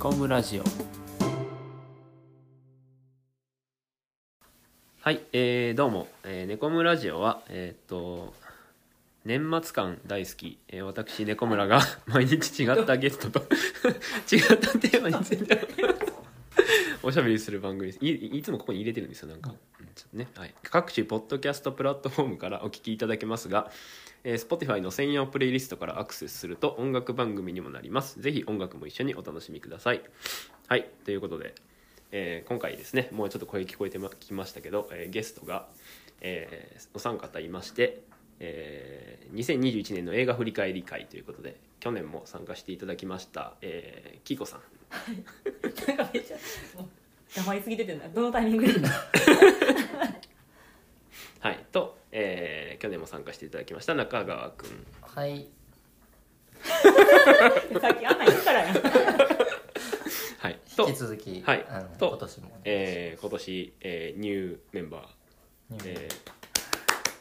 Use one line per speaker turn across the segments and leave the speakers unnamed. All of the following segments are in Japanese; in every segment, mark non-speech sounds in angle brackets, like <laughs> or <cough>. コムラジオはい、えーどうも、えー、ネコムラジオはえーっと年末感大好き、えー私ネコムラが <laughs> 毎日違ったゲストと <laughs> 違ったテーマについておしゃべりする番組ですいいつもここに入れてるんですよなんか、うんちょっとねはい、各種ポッドキャストプラットフォームからお聞きいただけますがえー Spotify の専用プレイリストからアクセスすると音楽番組にもなります。ぜひ音楽も一緒にお楽しみください。はい、ということで、えー今回ですね、もうちょっと声聞こえてまきましたけど、えーゲストが、えーお三方いまして、えー2021年の映画振り返り会ということで、去年も参加していただきました、えー、キイコさん。
なんかめっちゃもう黙りすぎててんなどのタイミングで
はい、と、えー去年も参加していただきました中川くん。
はい
さっきあんなん言うからやん
はい、と
引き、続き、
はい
あの
と
今年もお願いします、
えー今年、えーニューメンバー、
ニューメンバー
え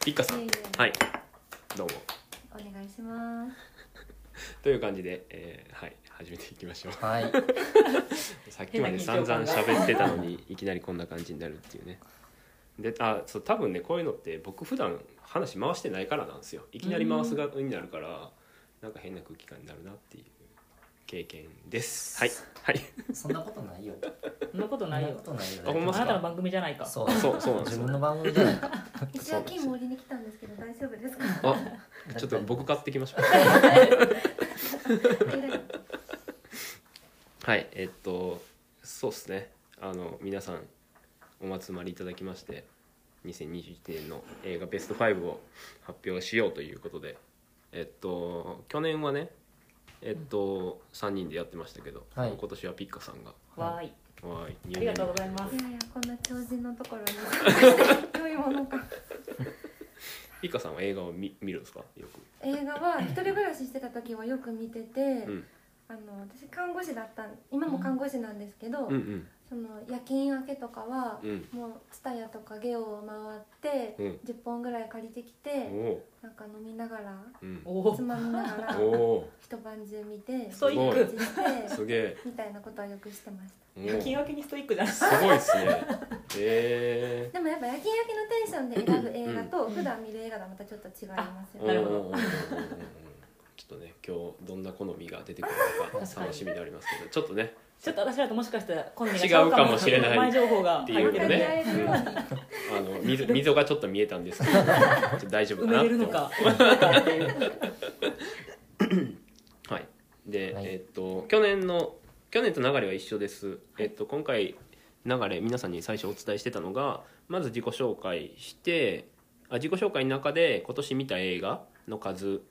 ー、一家さん、
いえいえ
はい、どうも。
お願いします。
という感じで、えーはい、始めていきましょう。
はい
<laughs> さっきまで散々喋ってたの <laughs> に、いきなりこんな感じになるっていうね。で、あ、そう、多分ね、こういうのって、僕普段話回してないからなんですよ。いきなり回す側になるから、なんか変な空気感になるなっていう経験です。はい、はい、
そんなことないよ
そんなこと
そん
な
ない
よ
ことないよ
あほん
あ
まっすか
なたの番組じゃないか
そう
そう、そうなんです
自
よ
分の番組じゃないか
一応金も売りに来たんですけど大丈夫です
<laughs>
か？
あ、ちょっと僕買ってきましょう。
<laughs>
はいえっとそうですねあの皆さんお集まりいただきまして2021年の映画ベスト5を発表しようということでえっと去年はねえっと3人でやってましたけど、
はい
今年はピッカさんが
わーい
わーい
ありがとうございます
いやいやこんな超人のところにどういうものか。
ピッカさんは映画を見見るんですかよ
<laughs> 映画は一人暮らししてた時はよく見てて、
く、うん、
あの私看護師だったん今も看護師なんですけど、
うんうん
その夜勤明けとかは、
うん
もうツタヤとかゲオを回って、
うん
10本ぐらい借りてき
お
て
お
なんか飲みながら
うん
おお
つまみながら
おお
一晩中見て
ストイッ
すごい
ク
一日し
<laughs>
て
すげえ
みたいなことはよくしてました。
お
夜
お
勤明けにストイックじゃん
すごいっすねえ
でもやっぱ夜勤明けのテンションで選ぶ映画と
うん
普段見る映画とはまたちょっと違います
え
よ
ー、
な
ね。
るほど
おーおーおーおーおーちょっとね今日どんな好みが出てくるの
確
か
かに
楽しみでありますけどちょっとね
ちょっと私らともしかしたら今度
違うかもしれない
前情報が
ってい
入
うね
ってる
分かり
ね
合えるように。
あの <laughs> 溝溝がちょっと見えたんですけどちょっと大丈夫
埋
かなっ
め
て
れるのか埋めれるのかっていう
はいで、
はい
えっと去年の去年と流れは一緒です、えっと今回流れ皆さんに最初お伝えしてたのがまず自己紹介してあ自己紹介の中で今年見た映画の数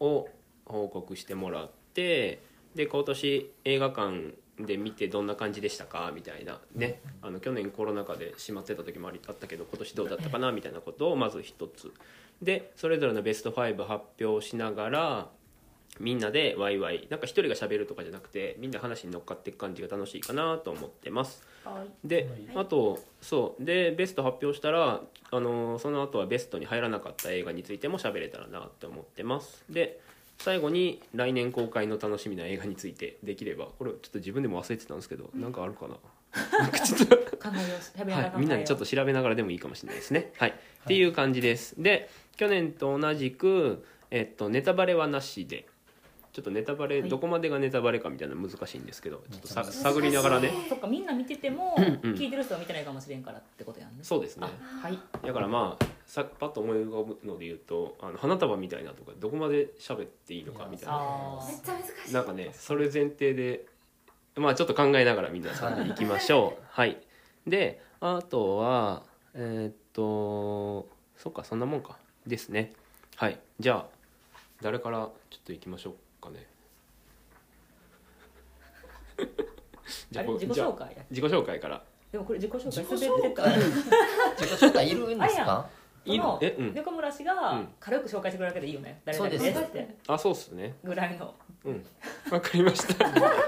を報告してもらってで今年映画館で見てどんな感じでしたかみたいなねあの去年コロナ禍で閉まってた時もありあったけど今年どうだったかなみたいなことをまず一つでそれぞれのベスト5発表しながらみんなでワイワイなんか一人が喋るとかじゃなくてみんな話に乗っかっていく感じが楽しいかなと思ってますで、あとそうでベスト発表したら、あのーその後はベストに入らなかった映画についても喋れたらなって思ってますで最後に来年公開の楽しみな映画についてできればこれちょっと自分でも忘れてたんですけどなんかあるかな
考えようしゃべら
はい
考え、よう
みんなでちょっと調べながらでもいいかもしれないですね。はい、っていう感じです。で去年と同じく、えっと、ネタバレはなしでちょっとネタバレ、
はい
どこまでがネタバレかみたいなの難しいんですけどちょっとさ
めっちゃ難しい
探りながらね
そっかみんな見てても
うん
聞いてる人は見てないかもしれんからってことやんね
そうですね
はい
だからまあさパッと思い浮かぶので言うとあの花束みたいなとかどこまで喋っていいのかみたいな
あ
めっちゃ難しい。
なんかねそれ前提でまあちょっと考えながらみんなさんでいきましょ
<laughs>
うはいであとはえーっとそっかそんなもんかですねはいじゃあ誰からちょっといきましょうかね
<laughs> あれ自己
じゃ
紹
あ
介や
自己紹介から
でもこれ自己紹
自
介
己
滑っ
紹
てた
介自己紹介いるんですか
この
えうん
猫村氏
う
が
ん
軽く紹介してくれるだけでいいよね誰々
そう
で
ですす
って
あそうっすね
ぐらいの
うんわかりました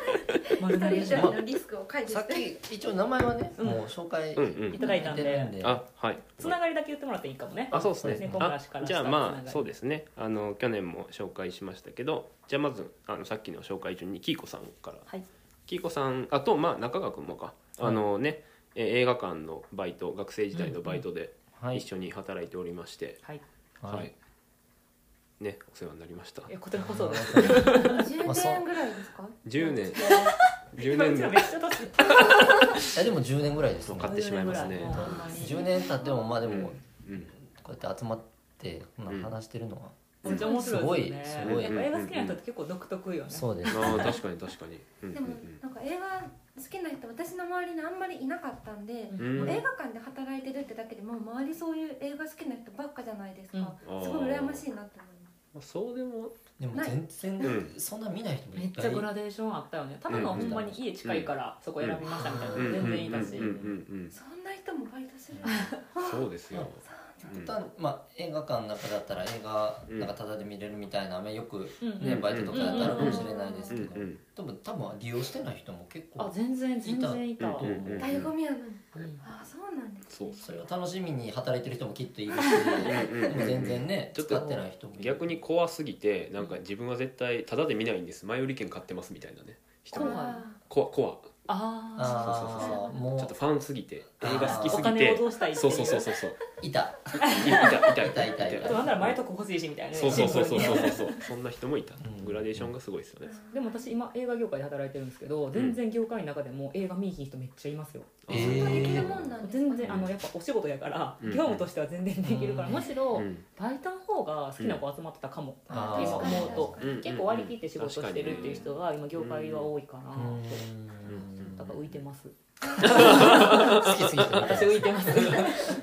<laughs> 丸投げ
一
じ
人
ゃ
一人のリスクを解除
さ
し。
ってき一応名前はね、
うん
もう紹介
うんうん
いただいたんで
てるんで
あはい
つながりだけ言ってもらっていいかもね
あそうですね
ね小
あ
林から
じゃあ
したつ
ま
なが
あ
り
そうですねあの去年も紹介しましたけどじゃあまずあのさっきの紹介順にキイコさんから
はい
キイコさんあとまあ中川君もか、
はい
あのねえー映画館のバイト学生時代のバイトで
は
一緒に働いておりまして、
はい
はいねお世話になりました
えこちらこそです
10年ぐらいですか
10年10
今う
年
ちら
が
めっちゃ年
いやでも10年ぐらいですね
買ってしまいますね
10年ぐらいもうほんまに
10年経ってもまあで
うん
も
うん
こうやって集まってこんな話してるのは、
めっちゃ面白いです
す
よ
ごい
ね
す
や
ご
っ
い
ぱ映画好きな人って結構独特よね
そうです
ああ確かに確かに、うん
で
うんう
も
ん
なんか映画好きな人私の周りにあんまりいなかったんで、
うん
映画館で働いてるってだけでもう周りそういう映画好きな人ばっかじゃないですか、
うん
すごい羨ましいなって思います
まあ、そうでも
でも全然
う
そんな見ない人も
め
いっ
っ
ぱ
ちゃ
い
グラデーションあったよねただのはほんまに家近いからそこ選びましたみたいな
うん
の
うんう
全
ん
然いたし
うんうん
そんな人もバイトする
うんそうですよ、
普段まあ、映画館の中だったら映画
うん
なんかタダで見れるみたいな、まあ、よく、
うんうん
ねバイトとかだったらかもしれないです
う
け
ん
ど、
うん
多分多分利用してない人も結
あ
構
全然全然いた
うんうんうん
醍醐味やのに、
うん
ああそうなんです
そう
それを楽しみに働いてる人もきっといるし、
んうん
でも全然ね
ちょっと
使ってない人もいる
逆に怖すぎてなんか自分は絶対タダで見ないんです前売り券買ってますみたいなね人
怖い
も
あ
怖怖
あ
そうそう
ああ
ちょ
も
っとファンすぎて
あー
映画好き
ー
す
お
ぎ
金を
て
どうしたいってい
そうそうそうそうそう
ういた
いたいたい
痛
た
い
い
痛
た
い
あとなんなら前とこ欲しいしみたいなね
そうそうそうそう
シン
そう
プルに
そ
ね
うそうそんな人もいた
うん
グラデーションがすごいですよね
でも私今映画業界で働いてるんですけど全然業界の中でも映画見に行く人めっちゃいますよ
あ
え
そんなできる
ー
もんなんですか
全然あのやっぱお仕事やから
うん
業務としては全然できるから
うん
むしろ
うん
バイトの方が好きな子集まってたかも
あ
今
ー
思うと
うん
結構割り切って仕事してるっていう人が今業界は多いかな
う
と
ん
だから浮いてます
好きすぎて
私浮いてます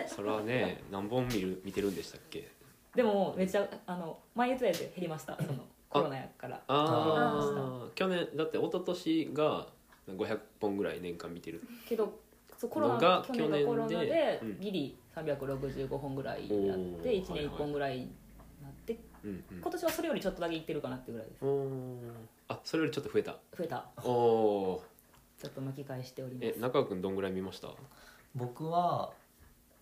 <laughs> それはね何本見る見てるんでしたっけ
でもめっちゃあの前言ってたやつ減りましたそのコロナやから
ああ去年だって一昨年が500本ぐらい年間見てる
けどそうコロ
の
ナ
が
去年がコロナ
去年
で
でうん
ギリ365本ぐらいやって
お
1
ーはい
年1
はい
本ぐらいになって
うんうん
今年はそれよりちょっとだけいってるかなってぐらいです
おーあそれよりちょっと増えた
増えた
おお
ちょっと巻き返しておりま
え
す
中川君どんぐらい見ました
僕は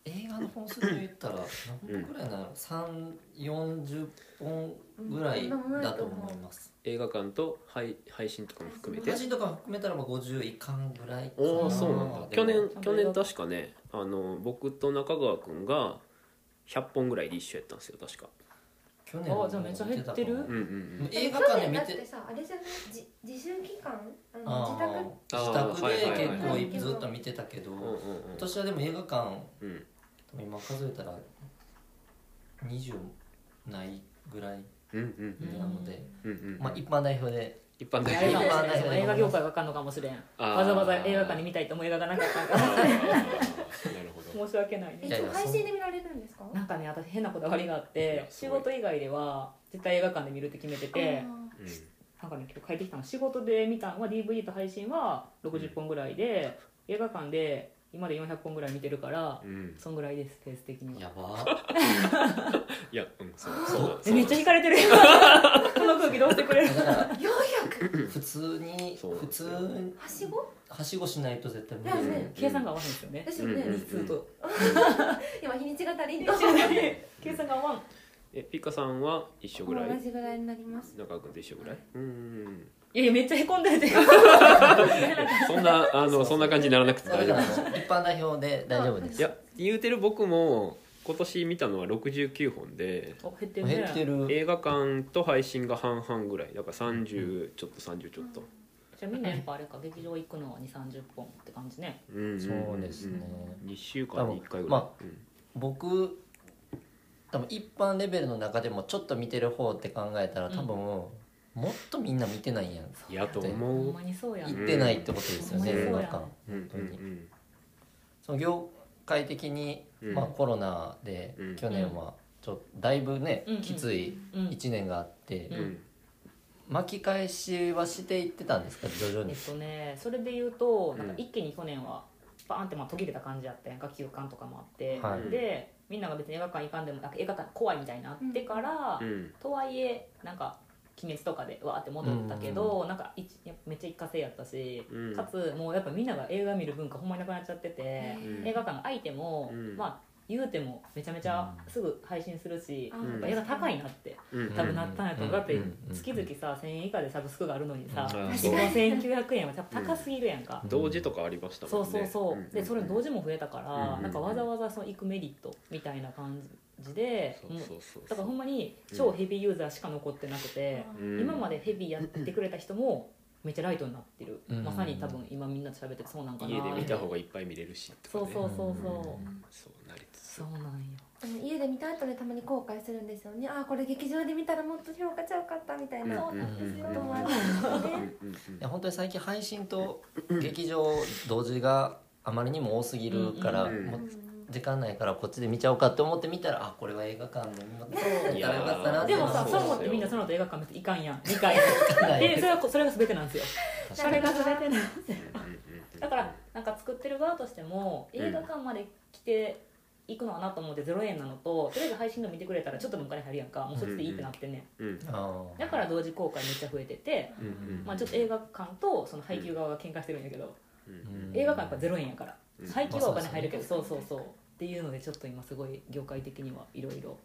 映画の本数で言ったら何本ぐらいなの340本ぐらいだと思います
映画館と配配信とかも含めて
写真とか含めたらまあ50いかんぐらいかな
おおそうなんだ
で
去
も
年
ちゃんと
去
映画
年確かねあの僕と中川君が100本ぐらいで一緒やったんですよ確か
去年も
あじゃあめっちゃ減ってる
う
見
ん
た
うんう
かも
ん
映画館で
去年
見
だっててさあれじゃないじ自習期間あの
あ
自
ー
宅
あー
自宅で
はいはいはい
結構ずっと見てたけど
うんうん
今年はでも映画館
うんうん
今数えたら20ないぐらい
うん
なので、
うんうん
まあ、一般代表で
一般
い
的
やあれかもしれないです
映画
よ映画業界わかんのかもしれん
あー
わざわざ映画館に見たいと思う映画がなかったか
あ
ら
<laughs> ーなるほど
申し訳ない
え
い
ね
やい
一応
や
配信で見られるんですか
なんかね私変なこだわりがあっ
い
て
やす
仕
ごい
事以外では絶対映画館で見るって決めてて
うん
なんかね今日帰ってきたの仕事で見たのは DVD と配信は60本ぐらいで、映画館で今まで400本ぐらい見てるから
うん
そんぐらいですペース的には
やば
いやうんそうそうだ
えめっちゃ引かれてるこの空気どうしてくれる
だから
4 0
普通に
そう
普通
0はしご
はしごしないと絶対無
い
理だ
やね
計算が合わないんですよね
ですよね、
うん
日数と
今日にちが足りんと
一緒だね計算が合わん
えピカさんは一緒ぐら
同
い
じぐらいになります
中川君と一緒ぐらいうん
いやいやめっちゃへこんでるって
<laughs> そんなあのそんな感じにならなくて
だか
大丈夫
らあの一般代表で大丈夫で
い
す
や言うてる僕も今年見たのは69本で
お減ってるね
減ってる
映画館と配信が半々ぐらいだから30ちょっと30ちょっと、
じゃあみんなやっぱあれか劇場行くのは2 3 0本って感じね
うんん
そうですね
2週間に1回ぐらい、
ま僕多分一般レベルの中でもちょっと見てる方って考えたら多分もっとみんな見てないやん
うん、いやと
ほ
思
ん
う
まにそうや
行
ん
ってないってことですよね
うん
映画館
うんうん
本当に
うん
その業界的に
うん
まあコロナで
うん
去年はちょっとだいぶね
うん
きつい
うん
1年があって
うん
うん
巻き返しはしていってたんですか徐々
え
に
っとねそれで言うとなん
う
か
ん
一気に去年はバーンってまあ途切れた感じやったやんか休館とかもあって、
はい
でみんなが別に映画館行かんでもなんか映画館怖いみたいになってから、
うん
とはいえなんか「鬼滅」とかでわーって戻ったけど、なんかいちやめっちゃ一過性やったし、
うん
かつもうやっぱみんなが映画見る文化ほんまになくなっちゃってて、
うん
映画館が空いても、
うん
まあ言うてもめちゃめちゃすぐ配信するし、
あ
ん
やっぱ映画高いなって
うん
多分なったんやと思うだって
うんうんうん
月々さ1000円以下でサブスクがあるのにさ
うん
確かに
5900円は多分高すぎるやんか、
同時とかありました
そ
も
うん
ね
そうそう、
んんん
でそれ同時も増えたから、
うんうん
なんかわざわざその行くメリットみたいな感じで
そうそうそう
だからほん
ま
まに超ヘビーユーザーしか残ってなくて、今ま
で
でヘビーやってくれた人もめっちゃライトになってる、
うん
まさに多分今みんなと喋っててそうなんかな
家で見た方がいっぱい見れるしとかね
そうそうそうそ
そうなりつつ
そうなんよ
でも家で見た後でたまに後悔するんですよねあーこれ劇場で見たらもっと評価ちゃうかったみたいな
うんうんうん
こともあるんですよ
うん
ね
うん
いや本当に最近配信と劇場同時があまりにも多すぎるから、
うん
も
う
うん時間ないからこっちで見ちゃおうかって思って見たらあこれは映画館で見たら
い
よ
やー
かったなって
でもさ
そうで
そう
すよ
思ってみんなその後映画館別に行かんやん2回でそれはそれが全てなんですよ
確
そ
かに
れが全てなんですよ
うんうんうん
だからなんか作ってる側としても
うん
映画館まで来て行くのはなと思って0円なのととりあえず配信の見てくれたらちょっとでもお金入るやんかもうそっちでいいってなってんね
うん
あ
ん
ー
だから同時公開めっちゃ増えてて、
うんうん
まあ、ちょっと映画館とその配給側が喧嘩してるんやけど
う
うんん
映画館やっぱ0円やから
うん
配給はお金入るけど
まあそ
そうう
です
そ
ね
うそうっていうのでちょっと今すごい業界的にはいろいろ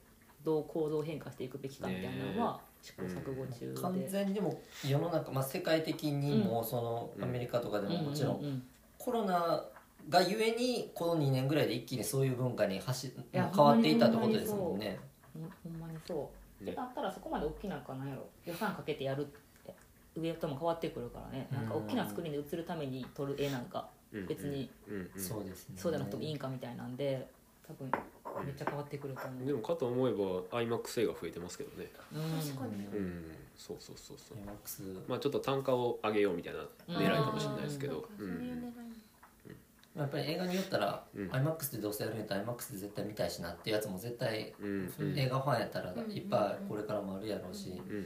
どう構造変化していくべきかみたいなのは試行錯誤中で、
完全にでも世の中、まあ、世界的にもその
うん
アメリカとかでももちろ
うん
ん
うんうん
コロナがゆえにこの2年ぐらいで一気にそういう文化に走
いや
変わっていったってことですもんね。
ほんほんまにそう、
ね
だったらそこまで大きなかなんやろ予算かけてやるって上とも変わってくるからねなんか大きなスクリーンで映るために撮る絵なんか
うん
別に
うんうん
そうですね。
そうじゃなくてもいいんかみたいなんで多分めっちゃ変わってくると思う、
でもかと思えば IMAX 映画増えてますけどね
うん
確かに
う
うん
んそうそうそうそう
IMAX
まあちょっと単価を上げようみたいな狙いかもしれないですけど
あーそうかそういう狙い
やっぱり映画によったら、
うん
IMAX でどうせやるんやったら IMAX で絶対見たいしなっていうやつも絶対、
うんうんうん
映画ファンやったら
うん
いっぱいこれからもあるやろうし、
うんうんうん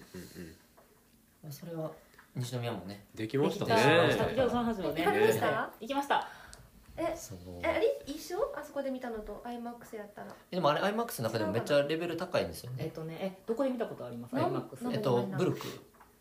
まあそれは西宮もね
できましたね
でき
で
た
き
今日その話を
え
ね
行かれま
した
行きました
え
その
えあれ一緒あそこで見たのと IMAX やったら
でもあれ IMAX の中でもめっちゃレベル高いんですよ
えっ
ね
とねえどこで見たことあります
なん
IMAX
えっとブルク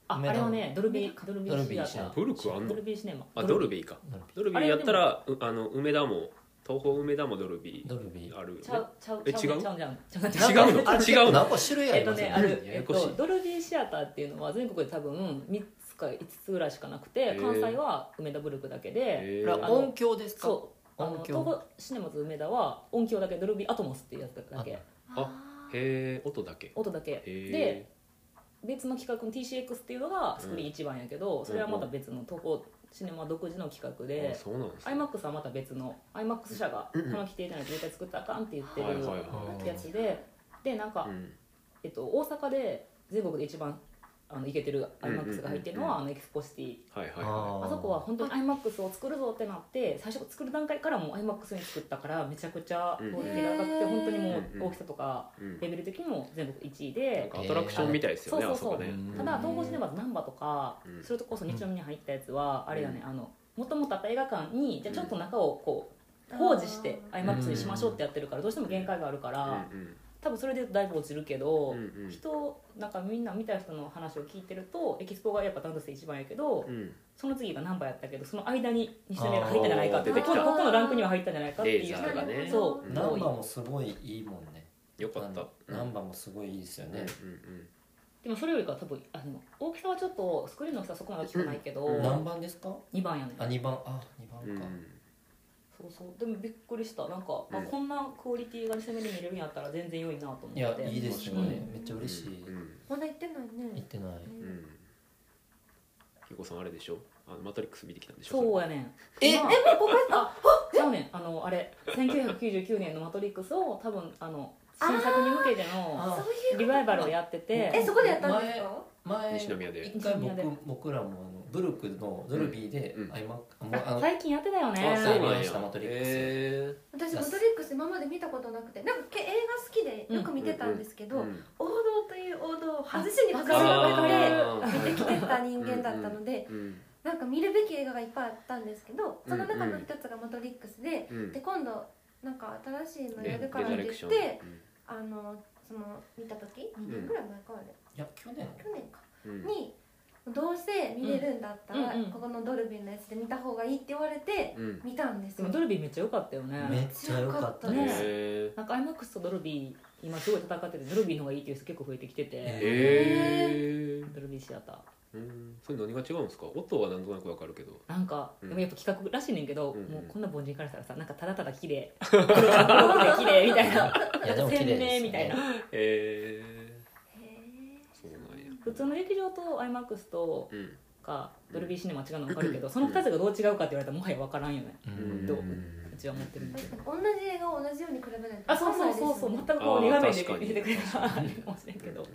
ああれはねドルビードルビ
ドル
ー
ビ
シ
ー
ア
シア
タ
タ
ブ
ー
ルクあんの
ドルビーシネマ
あドル
ビ
ビーか
ドル
ドルビーやったらうあの梅田も東宝梅田もドルビ
ビードルビ
ーあるよね
ちゃうちゃう
え
ち
違
ゃう
う
ちゃうちゃうちゃうちゃう
ー
違うの
あれ
違うの
なんか種類あ
え
り
っと
ますよ
ね
ね
ある、
や
え
や
っ
こしい
と、ドルビーシアターっていうのは全国で多分3つか5つぐらいしかなくて、
へー
関西は梅田ブルクだけで、
へ
これ
ー
は音響ですか
そうあの
音
東
響
宝シネマズ梅田は音響だけドルビーアトモスっていうやつだけ
あ
あー
へー音だけ
音だけで
へ
別の企画の TCX っていうのがスクリーン一番やけど、それはまた別の東宝シネマ独自の企
ー
画
あ
で、
そうなんですね
iMAX はまた別の iMAX 社がこの規定じゃないと絶対作ったらあかんって言って
はいはい
る
は
やつででなんか
いうん
えっと、大阪で全国で一番あのイケてる
うんうんうんうん
iMAX が入ってるのはあのエキスポシティ
はいはいは
あそこは本当に iMAX を作るぞってなって最初作る段階からもう iMAX に作ったからめちゃくちゃ
うん
クオリティが高くて
へー
本当にもう大きさとか
いうん
レベル的にも全国1位
なん
で
かアトラクションみたいですよね
えー
あそこ
う
ね
ん
ただ東宝シネマズ難波とか
うん
それとこそ日曜日に入ったやつは
ん
あれだねあのもともとあった映画館にじゃあちょっと中をこう
あー
工事して iMAX にしましょうってやってるからどうしても限界があるから
うん
多分それでだいぶ落ちるけど
うんうん
人なんかみんな見た人の話を聞いてるとエキスポがやっぱダントツで一番やけど、
うんうん
その次が何番やったけどその間に西宮が入ったんじゃないかって
あー出てきた
ここここのランクには入ったんじゃないかっていう
レーザ
ーがね
そう
うん
ナンバ
多い
もすごいいいもんね
よかっ
あ
た
のナンバもすごいいいですよ
うんう
ね
ん、うん
でもそれよりかは多分あの大きさはちょっとスクリーンの大きさはそこまで大きくないけど、
うん
何番ですか
2番やねん
あ二番あ二番か、
うん
そうそうでもびっくりしたなんか、
う
あ
ん
こんなクオリティが西宮で見れるんやったら全然良いなと思って
いやいいですよね、
うん
めっちゃ嬉しい、
うん
まだ行ってない
行っ
ね
てない
うんひこさんあれでしょあのマトリックス見てきたんでしょ
そう
や
やねん
え
今
えもうここ
あちゃうねんあのあれ1999年の「マトリックス」を多分あの新作に向けての
あ
そういう
リバイバルをやってて
えそこでやったんですか
前
西宮で
一回
西宮
僕
で
僕らもあのブルクのドルビーで
うん
アイマックあもうあ
あ
の
最近やってたよ
あそう
ね
な
見
ん
ま
や
したマトリックス
へー
私マトリックス今まで見たことなくてなんかけ映画好きでよく見てたんですけど、
うん
王道という王道を外しにかかる
あ
中で
あー
見てきてた人間だったので
うん
なんか見るべき映画がいっぱいあったんですけどその中の一つが「マトリックスで」
うん
で今度なんか新しいのや
レ
るからって
レザレ
言
ク
っ
ション
てあのその見た時2
ん
年ぐらい前かあれ
いや去年
去年か
うんうん
にどうせ見れるんだったら、
うんうんうん
ここのドルビーのやつで見た方がいいって言われて
うん
見たんです
で
よ
もドルビーめっちゃ良かったよね
めっちゃ良かった
ね
です、
へ
なんか IMAX とドルビー今すごい戦っててドルビーの方がいいっていう人結構増えてきてて、
え
え
へえ
ドルビーシアター
うんそれ何が違うんですか音はなんとなくわかるけど
なんか、
うん
でもやっぱ企画らしいねんけど、
うんうん
もうこんな凡人からしたらさなんかただただ綺麗黒くて綺麗みたいない <laughs>
やでも綺麗です、
鮮
ね、
明みたいな
へえ
へ
そうなんや
普通の劇場と IMAX と
うん
かドルビーシネマ違うの分かるけどその2つがどう違うかって言われたらもはや分からんよね
う
うん
ん
どううちは思ってるん
ー
だけ
確
ど
かに同じ映画を同じように比べないと
あそうそうそうそう
わ
全
かんないですよね
くこう2
あー確かに
画面で見せてくれたらあれ <laughs> かもしれんけど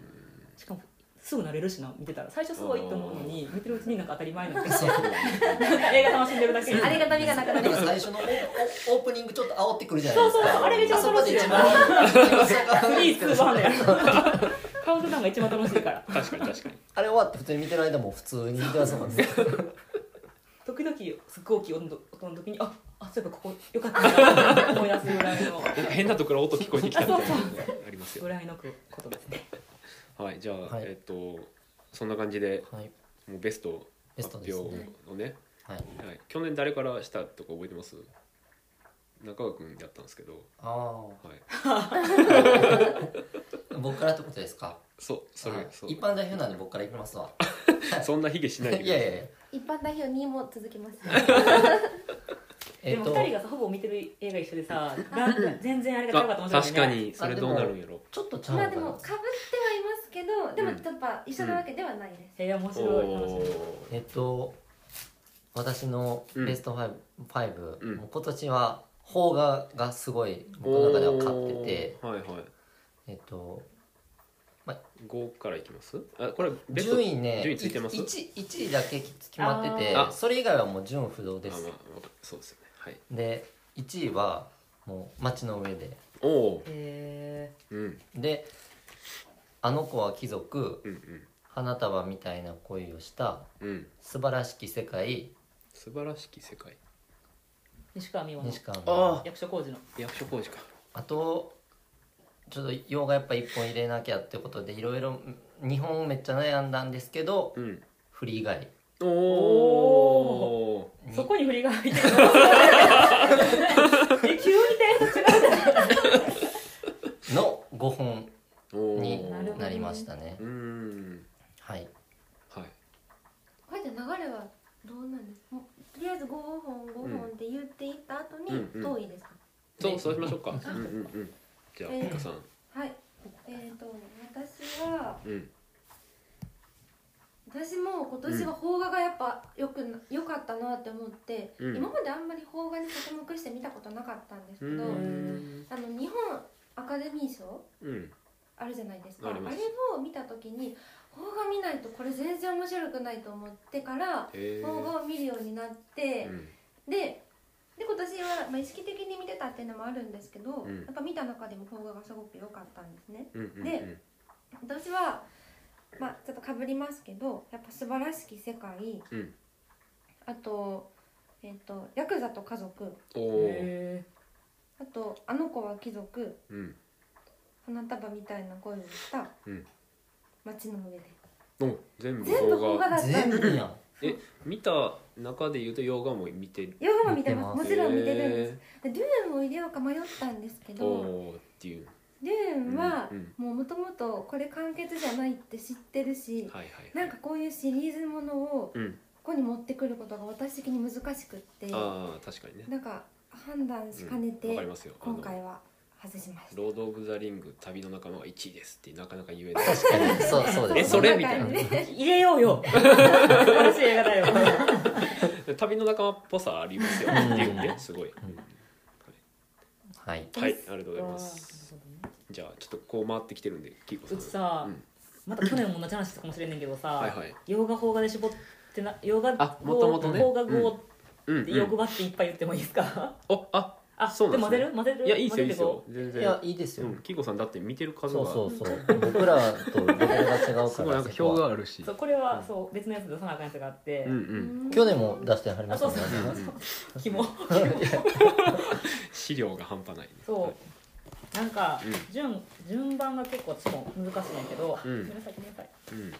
しかもすぐ慣れるしな見てたら最初すごいと思うのに見てるう <laughs> ちになんか当たり前なんで
そう
映画楽しんでるだけに
ありがたみがなくな
で
り
も
<laughs>
ます
最初のオーオープニングちょっと煽ってくるじゃないです
そう
か
そうそうあれめっちゃ
そこで一
楽
番
フリーツーバーのやつ <laughs> カウントダウンが一番楽しいから
確かに確かに
あれ終わって普通に見てる間も普通に見てますもんね
時々すっごい大きい音の音の時にああそういえばここよかったなって思い出すぐらい
な
の <laughs>
んか変なところ音聞こえてきたみたいなのがありますよ
ぐらいのことですね
はいじゃあ、
はい
えっとそんな感じで
はい
もうベスト
ベス
発
ト
表
ですね
をね
はい
はい、去年誰からしたとか覚えてます中川君やったんですけど、
あ
はい、
あ僕からってことですか
そうそ
はい
れそう
一般代表なんで僕からいきますわ
そんな卑下し
い
な
や
い
<laughs> いやいや
一般代表にも続き
<laughs>
ます
え
で
っ
も
と
2人がさほぼ見てる映画一緒で
<laughs>
さだんだん全然あれが良かった
あ
面白い
確か
ね
にそれどうなるんやろ
ちょっとちゃう
ま
か
あで
な
もかぶってはいますけどでも
うん
やっぱ一緒なわけではないです、
えー面
お
白い楽しみ
お
えっと私のベスト5、ァイブ
うん
もう今年は邦画がすごい僕の中では勝ってて
おーはいはい
えっと
5からいきますあこれベスト
順位ね
順位ついてます
1, 位だけ決まってて
あー
それ以外はもう順不動で
あ、
す
まあわかそうですよねはい
で1位はもう「街の上で
おお
え
ー、うん、」
で「あの子は貴族
うん
花束みたいな恋をした
うんうん
素晴らしき世界
素晴らしき世界
ー西川美穂の
西川の
あ
役所広司の
役所工事か
あとちょっと洋画やっぱ一本入れなきゃってことでいろいろ日本めっちゃ悩んだんですけど
うん
フリー以外
おお
に
そこに振りが入ってる
<laughs>
え急に点数違う
の5本
おお
に
ー
なりましたね
うーん
はい
はい
これって流れはどうなんですかもうとりあえず5本5本って言っていった後に
うん
どういいですか、
そう
で
そうしましょうかうんうんうんじゃあ
えー
美香さん
はいえー、と私は
うん
私も今年は邦画がやっぱよくな良かったなって思って、
うん
今まであんまり邦画に着目して見たことなかったんです
う
けど、
ん
あの日本アカデミー賞
うん
あるじゃないですかあ
あ
れ
ります
を見た時に邦画見ないとこれ全然面白くないと思ってから
へえ
邦画を見るようになって、でで今年は、まあ、意識的に見てたっていうのもあるんですけど、
うん
やっぱ見た中でも邦画がすごく良かったんですね
うんうんうん
で私は、まあ、ちょっとかぶりますけどやっぱ「素晴らしき世界」
うん
あと,、えっと「ヤクザと家族
お
へ
お
え」
あと「あの子は貴族
うん
花束みたいな恋をした」
うん
街の上で
お全部
全部
動
邦
画
画だったん
全
で
部やん
見た中で言うと洋画も見てる
洋画も見てます
見て
も
ます
ちろん見てるんですでデューンを入れようか迷ったんですけ
お
ど
おーっていう
デューンは
うん
もうもともとこれ完結じゃないって知ってるし
はいはい
なんかこういうシリーズものを
うん
ここに持ってくることが私的に難しくって
ああ確かにね
なんか判断しかね
うんわかり
て
ますよあの
今回は外しまし
ロード・オブ・ザ・リング旅の仲間が1位ですってなかなか言えない
確かにそうそう
た
で
え
す
それみたいな
その中でね
入れようよ素晴らしい映画だよ
旅の仲間っぽさありますよ
うん
っていうねすごい
ん
は
はい
いありがとうございますじゃあちょっとこう回ってきてるんでキーコさ
うんちさ、
うん
また去年も同じ話したかもしれんねんけどさ、
はいはい
洋画邦画で絞ってな洋画
あ
邦
もともとね
邦画語
うんう
で欲
ん
張っていっぱい言ってもいいですか
おあ
あ
そうなん
で
ですね
混ぜる混ぜる
いやいいですよいいですよ
混
全
い
然
やいいです
う
よ
んキーコさんだって見てる数
そ
が
うそうそう僕らとレベルが違うから
すごいなんか
そこは
表があるし
そうこれはそう別のやつ出さなあかんやつがあって、
うんうん
去年も出してはりま
あ
した
そう
ね
そうそうそ
<laughs>
う肝
資料が半端ないね
そうなんか
うん
順順番が結構私も難しいんやけど、
うん
ごめんなさいごめんなさい
うん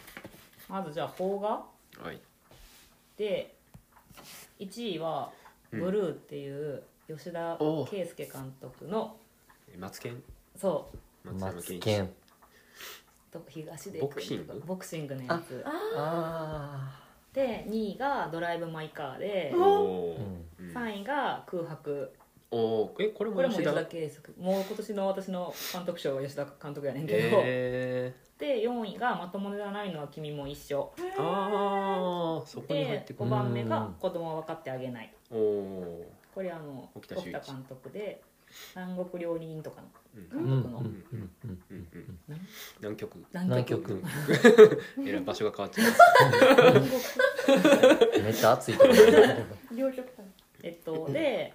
まずじゃあ邦画
はい
で1位は「
うん
ブルー」っていう吉田
おう
圭佑監督の、
マツケン
そう
松山健一
ケン
と東出
ボクシング
君とかボクシングのやつ
あ
あ
で2位が「ドライブ・マイ・カーで」
お
あ
お
う
ー、
ん
うん
3位が「空白
おおえこれ」
こ
も
れも
吉
吉
田
田圭佑もう今年の私の監督賞は吉田監督やねんけど、
え
で4位が「まともではないのは君も一緒
ー、あーそ」こに入っ
で
てく
5
る
番目が「子供は分かってあげない
おお」
これあの
沖
沖
田修一
田監督で「南国料理人」とかの
ー、うん
監
うんうん
督の、
うんうん
うんうん
南
南極
南
南極
極
えらい場所が変わっちゃう
南国
めっちゃ暑いとこだけど
両極端
えっ
<laughs>
とで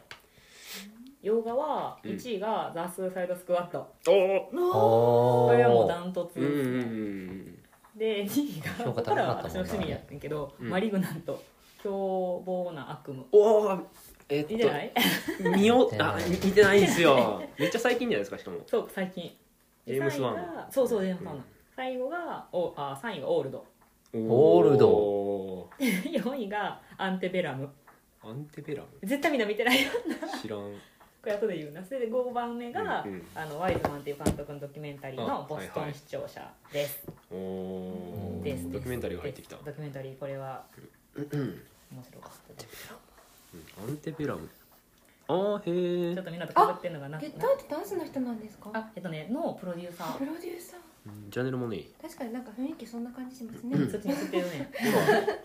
洋画は
うん
1位が「ザ・スーサイド・スクワット
おお <laughs>
お」
これはもう
ー
ダントツ
うんう
で
ん
す
う
ね、
ん
で2位が
評
ここ
価高
か
か
ら
ったもんな
は私の趣味やってんけど「
うん
マリグナント」「凶暴な悪夢
おおえっ」と
いいじゃない
見よあ見てないんですよめっちゃ最近じゃないですかしかも
そう最近で
ジェームス
三位が
ワン
そうそうジェームスワン
うん
最後がおあ3位が「オールド <laughs>
お
オールド
4位が「アンテベラム
アンテベラム」
絶対みんな見てないよ <laughs>
知らん
これ後で言うなそれで5番目が、
うんうん
あのワイズマンっていう監督のドキュメンタリー
あ
のボスト
はいはい
ン視聴者です、
おお
ですです
ドキュメンタリーが入ってきた
ですドキュメンタリーこれは面白かったです
うんアンテベラムあーへ
ちょ
え
っとみんなとかぶってんのがな
ゲッ
な
タウトダンスの人なんですか
あえっとねのプロデューサ
プ
ー
ロデューサー
ジャネルもね
確かになんか雰囲気そんな感じしますね
そっちに映ってる
<laughs>
ね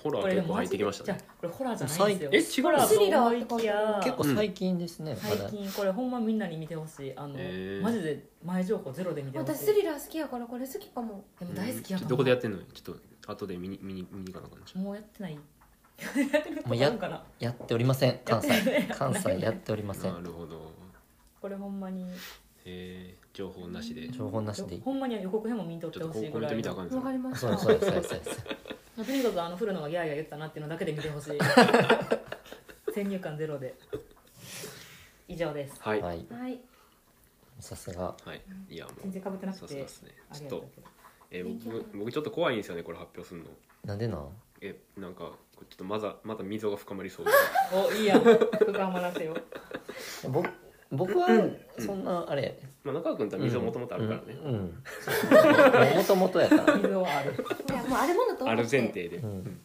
ホラー
こ
ホラー
れで
結構
も
入ってきました
じゃ
ね
あこれホラーじゃないんです
え違
よ
う
ホラー
スリ
と
ラ
思
ー
い
とか
きや
結構最近ですねま
最
だ
近これほんまみんなに見てほしいあの、
へー
マジで前情報ゼロで見てほしい
私スリラー好きやからこれ好きかも
でも大好きや
う
と
ん
思
ど
う
こでやってんのちょっと後で見に見に見に行かなあかんな
もう
<laughs>
やってないやってるとこあるかな
やっておりません関西関西やっておりませ
なんるほど
これほんまに
へえ情報なしでちょ
情報なしでいい
ほんまに予告編も見とっ
ってと
ほ
こ
しいう
コメ
ぐ
ン
ら
ト
い
見たらあかんです
わか
よ
りました
そうそうそうそうそう
まあとにかくあの古野がギャーギャー言ってたなっていうのだけで見て
<laughs>
ほしい先入観ゼロで以上です
はい
はい
はい
さすが
はいいやも
全然かぶって
う
な
さ
く
すが
て
ですね
あ
ちょ
り
っ
がとう
とえー僕僕ちょっと怖いんですよねこれ発表するの
なんでなん
えなんかこれちょっとまだまだ溝が深まりそうで <laughs>
おいいやん副官まらせよ
僕僕はそんなあれ
まあ中川君とは溝もともとあるからね、
うんうんそうもともとやから
水はある
いやもうあるものと思
あ
って
る前提で、
う
うんん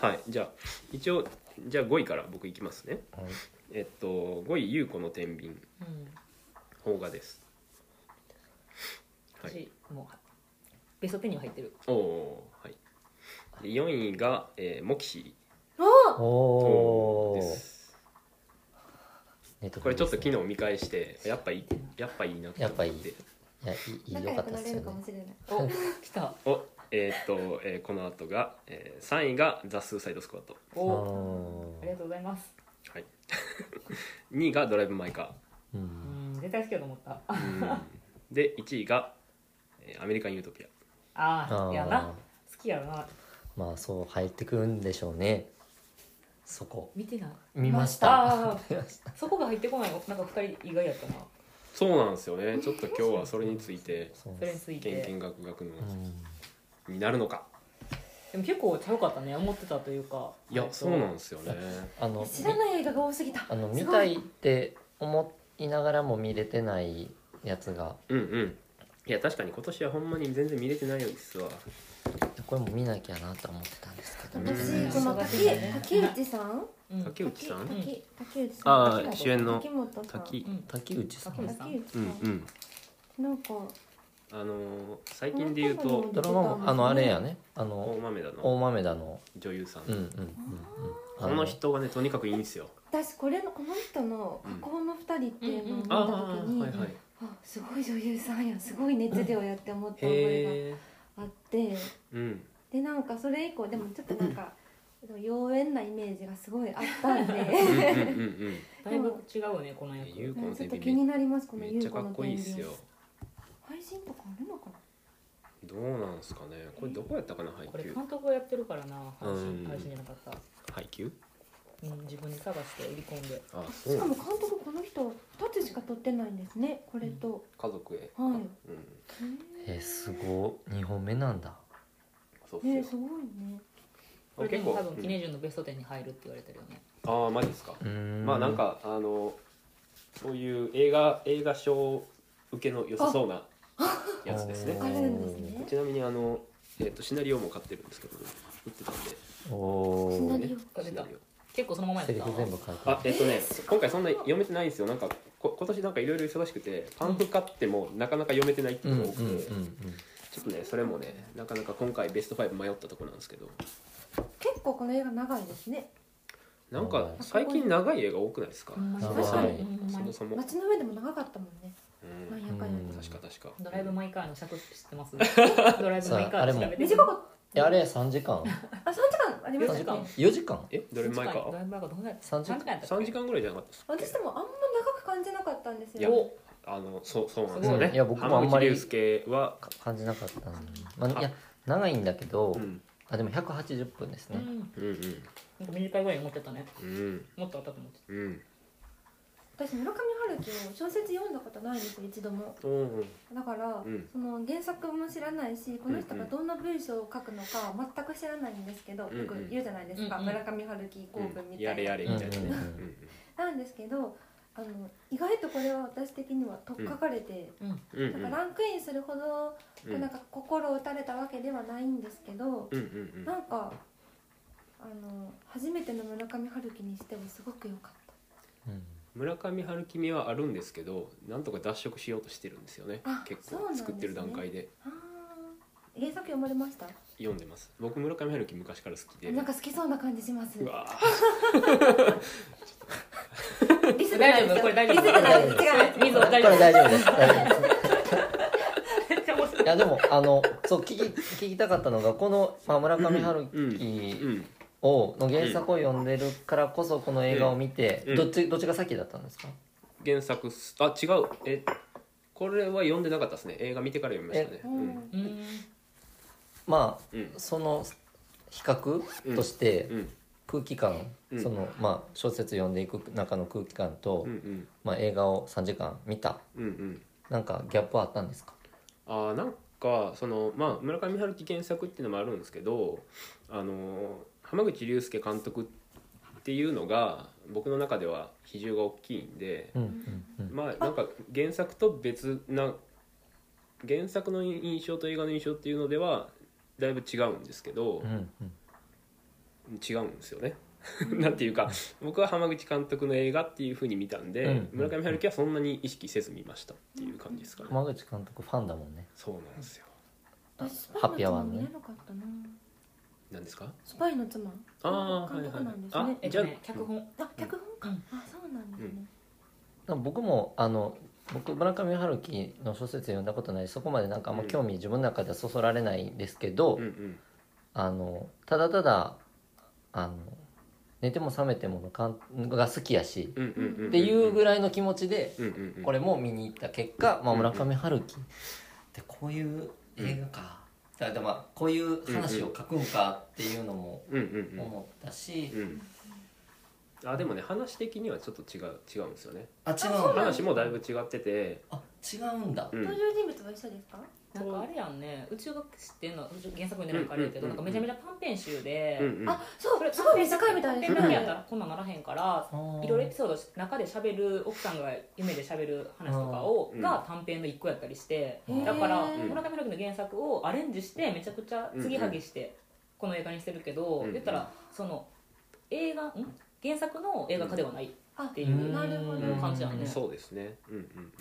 はいじゃあ一応じゃあ5位から僕いきますね
はい
えっと5位優子の天秤
うん
邦画ですはい
私もうベスト10には入ってる
おおーはいで4位が、えー、モキシ
お
ー
お
で
ー
す
ネットフ
これ
リ
ちょ
で
っ
す
と
ね
昨日見返してやっぱいいやっぱいいなと思
やっぱいい
て
いやいいいい
仲
良か
良
っ
く
た
な
で
れ
す
る
よ
か
ね
もしれない
お <laughs> 来た
おえーっと、えーこの後が、えー、3位が「ザ・スーサイド・スクワット
あ
おあり
ー
がとうございます」
はい <laughs> 2位が「ドライブ・マイ・カー」
う
うんん絶対好きだと思ったあ
うんで1位が、えーアメリカン・ユートピア」
あ
あ
ー
ー
やな好きやろな
まあそう入ってくるんでしょうねそこ
見てない
見ました
あーそこが入ってこないなんか2人意外やったな
そうなんですよねちょっと今日はそれについて
そう
それ
で
に
す
つい
けんけ
て
んがくがくの
うん
になるのか
でも結構ちゃうかったね思ってたというか
いや
えっと
そうなんですよね
あの
知らない映画が多すぎた
あの
す
見
ご
たいって思いながらも見れてないやつが
うんうんいや確かに今年はほんまに全然見れてないですわ
これも見なきゃなと思ってたんですけど
うん
私この竹竹内さん
うん
竹内さん
ん
竹竹内さん
あー
竹本さん
主演の
竹本さん
滝
うん
竹内さん
竹内
竹内さ
うんんうん
なんか
あのー最近で言うと
ドラマもあのあれやねあ
大
の
豆だの
大豆田の
女優さん、
うんうんうんうん
こ
あ
の人がねとにかくいいんですよ
私これのこの人の加工の二人っていうのを見
あ
た
あ
時
ー
に、
はいはい
あすごい女優さんやすごい熱量やって思った覚え
へえ
があって
うん
でなんかそれ以降でもちょっとなんか妖艶なイメージがすごいあった <laughs> ん
うんうんうん
で
うん
だいぶ違うねこの
いや
役
優子
な
の
んかち
天
ょっと
秤
気になりますこの
めめっち
優
ゃ
子
か
の
っこいい
天
っ
秤
すよ
配信とかあるのかな
どうなんですかねこれどこやったかな配
これ
給
監督がやってるからな配
うん
信配信じゃなかった、
配給
うん、自分で探して売り込んで
あそう
し
な
か
ん
も
だ
監督この人2つしか撮ってないんですねこれと、
家族へ
はい
うん
へ
えーすごい2本目なんだ
そうっすよ
ねすごいね
これで
結
も
構
多分記念順のベスト10に入るって言われてるよね
ああマジですか、
うん
まあなんかあのそういう映画映画賞受けの良さそうなやつですね
あるんですね
ちなみにあの、えー、とシナリオも買ってるんですけど、売ってたんで
お
シナ
お
出
リ
シ
た
ナリオ
結構そのままやった
セリフ全部書いて
あ
あ
えっ、とね、
えーすご
今
い
回そんな読めてないんですよなんかこ今年なんかいろいろ忙しくてパンフ買ってもなかなか読めてないっていうのが多くて、ちょっとねそれもねなかなか今回ベスト5迷ったとこなんですけど
結構この映画長いですね
なんか最近長い映画多くないですか、
ほんまに
長い
確かにほん
そ
ま
も
に
そも、
街の上でも長かったもんね
う
なん
ん、
やかんや
うん
確か確か
ドライブ・マイ・カーの尺知ってますドライブ・マイ・カーって調べて
短かっ
えあれ3時間
たあ三時間ありましたっけ
4時間
えどれ前
ド
か
ライブ・マイ・カーどんぐらい
三時間
三やったっけ
3時間ぐらいじゃなかったっす
私でもあんま長く感じなかったんです
いや
よ
あのそうそうなんですよ
す
ね
ごいいや僕もあんまり
浜口竜介は、
か感じなかったなまあいや長いんだけど
うん、
あでも180分です
う
ね
ん
うんうん
なんか短いぐらいに思ってたね
うん
もっとあったと思って
うん
私村上春樹を小説読んだことないんですよ一度も
うん
だから、
うん
その原作も知らないしこの人がどんな文章を書くのか全く知らないんですけど、
うんうん
よく言うじゃないですか、
うんうん
村上春樹公文みたいな、
やれやれみたいなね、
うん
なんですけどあの意外とこれは私的には取っかかれて、
うんうん
なんかランクインするほど、
うん
なんか心を打たれたわけではないんですけど、
うんうんうん
なんかあの初めての村上春樹にしてもすごく良かっ
うん
村上春樹味はあるんですけどなんとか脱色しようとしてるんですよね
あ
結
そうな
構
んですね
作ってる段階で
たあー原作読まれました
読んでます僕村上春樹昔から好きで
なんか好きそうな感じします
うわ
リス
大丈夫これ大丈夫
リスってないです違う
水を大
こ
丈
れ
夫
大丈夫です大丈夫です
めっちゃ面白い
いやでもあのそう聞き聞きたかったのがこの、まあ、村上春
ーう
樹
ん
をの原作を読んでるからこそこの映画を見て、
うん
どっちどっちが先だったんですか
原作すあ違うえこれは読んでなかったですね映画見てから読みましたねうん
うーん
まあ
うん
その比較として
うん
空気感、
うん
そのまあ小説読んでいく中の空気感と、
うん
まあ、映画を3時間見た
うんうんうん
なんかギャップはあったんですか
あーなんかその、まあ、村上春樹原作っていうのもあるんですけどあのー浜口竜介監督っていうのが僕の中では比重が大きいんで、
うんうん
まあなんか原作と別な原作の印象と映画の印象っていうのではだいぶ違うんですけど、
うんうんうん
違うんですよね。 <laughs> なんていうか僕は浜口監督の映画っていうふうに見たんで、
うん
村上春樹はそんなに意識せず見ましたっていう感じですかね。
浜口監督ファンだもんね
そうなんですよ
私ス
ハッ
パイ
ピーア
の
ワー
妻
のね
見れなかったな
何ですか
スパイの妻
あー
監督なんです
はいはい
ね
はい
えっとね脚本
あ脚本か、
うん
あそうなんですね、
なんか僕もあの僕村上春樹の小説読んだことないしそこまでなんかあんま興味、自分の中ではそそられないんですけど、
うんうん
あのただただあの寝ても覚めてものかんが好きやし、
うんうんうん
っていうぐらいの気持ちで、
うんうんうん
これも見に行った結果、まあ、
うん
村上春樹ってこういう映画か、だからまあこういう話を書くんかっていうのも
うんうん
思ったし、
うんうんあでもね話的にはちょっと違う違うんですよね
あ違う
そうん
だ
だ
話もだいぶ違ってて、
あ違うんだ、
うん、
登場人物は一緒ですか、
なんかあれやんね宇宙学知ってんの原作でなんかあれやけど
うん
なんかめちゃめちゃ短編集
うん
で
うん
あそう
これ
すごい短いみたいです
短編やった
ね
らこんなんならへんから
あー
いろいろエピソード中で喋る奥さんが夢で喋る話とかを
うん
が短編の一個やったりして
うん
だから
へ
ー
村上春樹の原作をアレンジしてめちゃくちゃ継ぎはぎしてこの映画にしてるけど
うん
言ったらその映画ん原作の映画化ではない
あ
っていう
なるほど
うん
感じや
うんん
ね
そうですねうん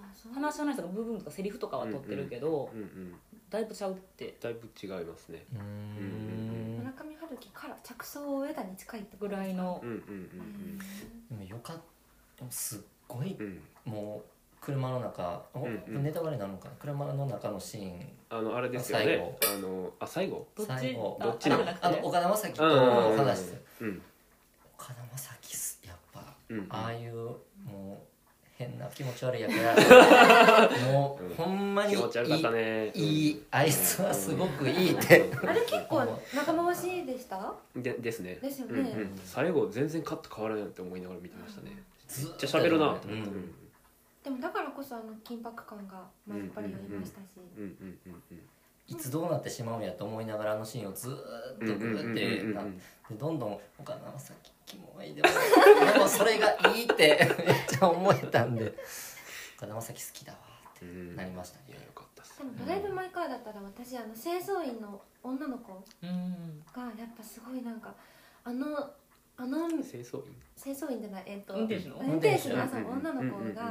あそう
話し話とか部分とかセリフとかは取ってるけど
うんうんうんうん
だいぶちゃうって
だいぶ違いますね
うーん
村上春樹から着想を得たに近いってこ
ぐ
と
らいの
うんうん
うん
でもよかったすっごい
うんうんうん
もう車の中、お
うんうん
ネタバレなのかな車の中のシーン
あのあれですよ
最
ね
後
あのあ最後
どっち
最後
あ
どっちなの
あれじゃくて
あの岡田将生と
うん
岡田です
うん
岡田将生すやっぱ
うん
ああいうもう変な気持ち悪い
<laughs>
役やらも
うん
うほんまに
気
い
持ち悪かった
い
ね
いいあいつはすごくいいって
あれ結構仲間欲しいでした
うんでですね
ですよ
うん
ね、
うん最後全然カット変わらないなって思いながら見てましたね
ず
めっちゃ喋るなと
う
思って
ん
でもだからこそあの緊迫感がまあやっぱりありましたし、
うんうんうんうん
いつどうなってしまうんやと思いながらあのシーンをずーっと
うんうん
グ
うんうん
ー
う
っ
ん
て
うん
なでどんどん「岡田さんキモいでもでもそれがいい」ってめっちゃ思えたんで岡田将生好きだわって
うん
なりました
い
ね
やよかったっす
でもドライブ・マイ・カーだったら私あの清掃員の女の子
うん
がやっぱすごいなんかあのあの
清掃員
清掃員じゃないえっと
運転手の
運転手
運
の
手
転
そう女の
うんうんう
子
ん
が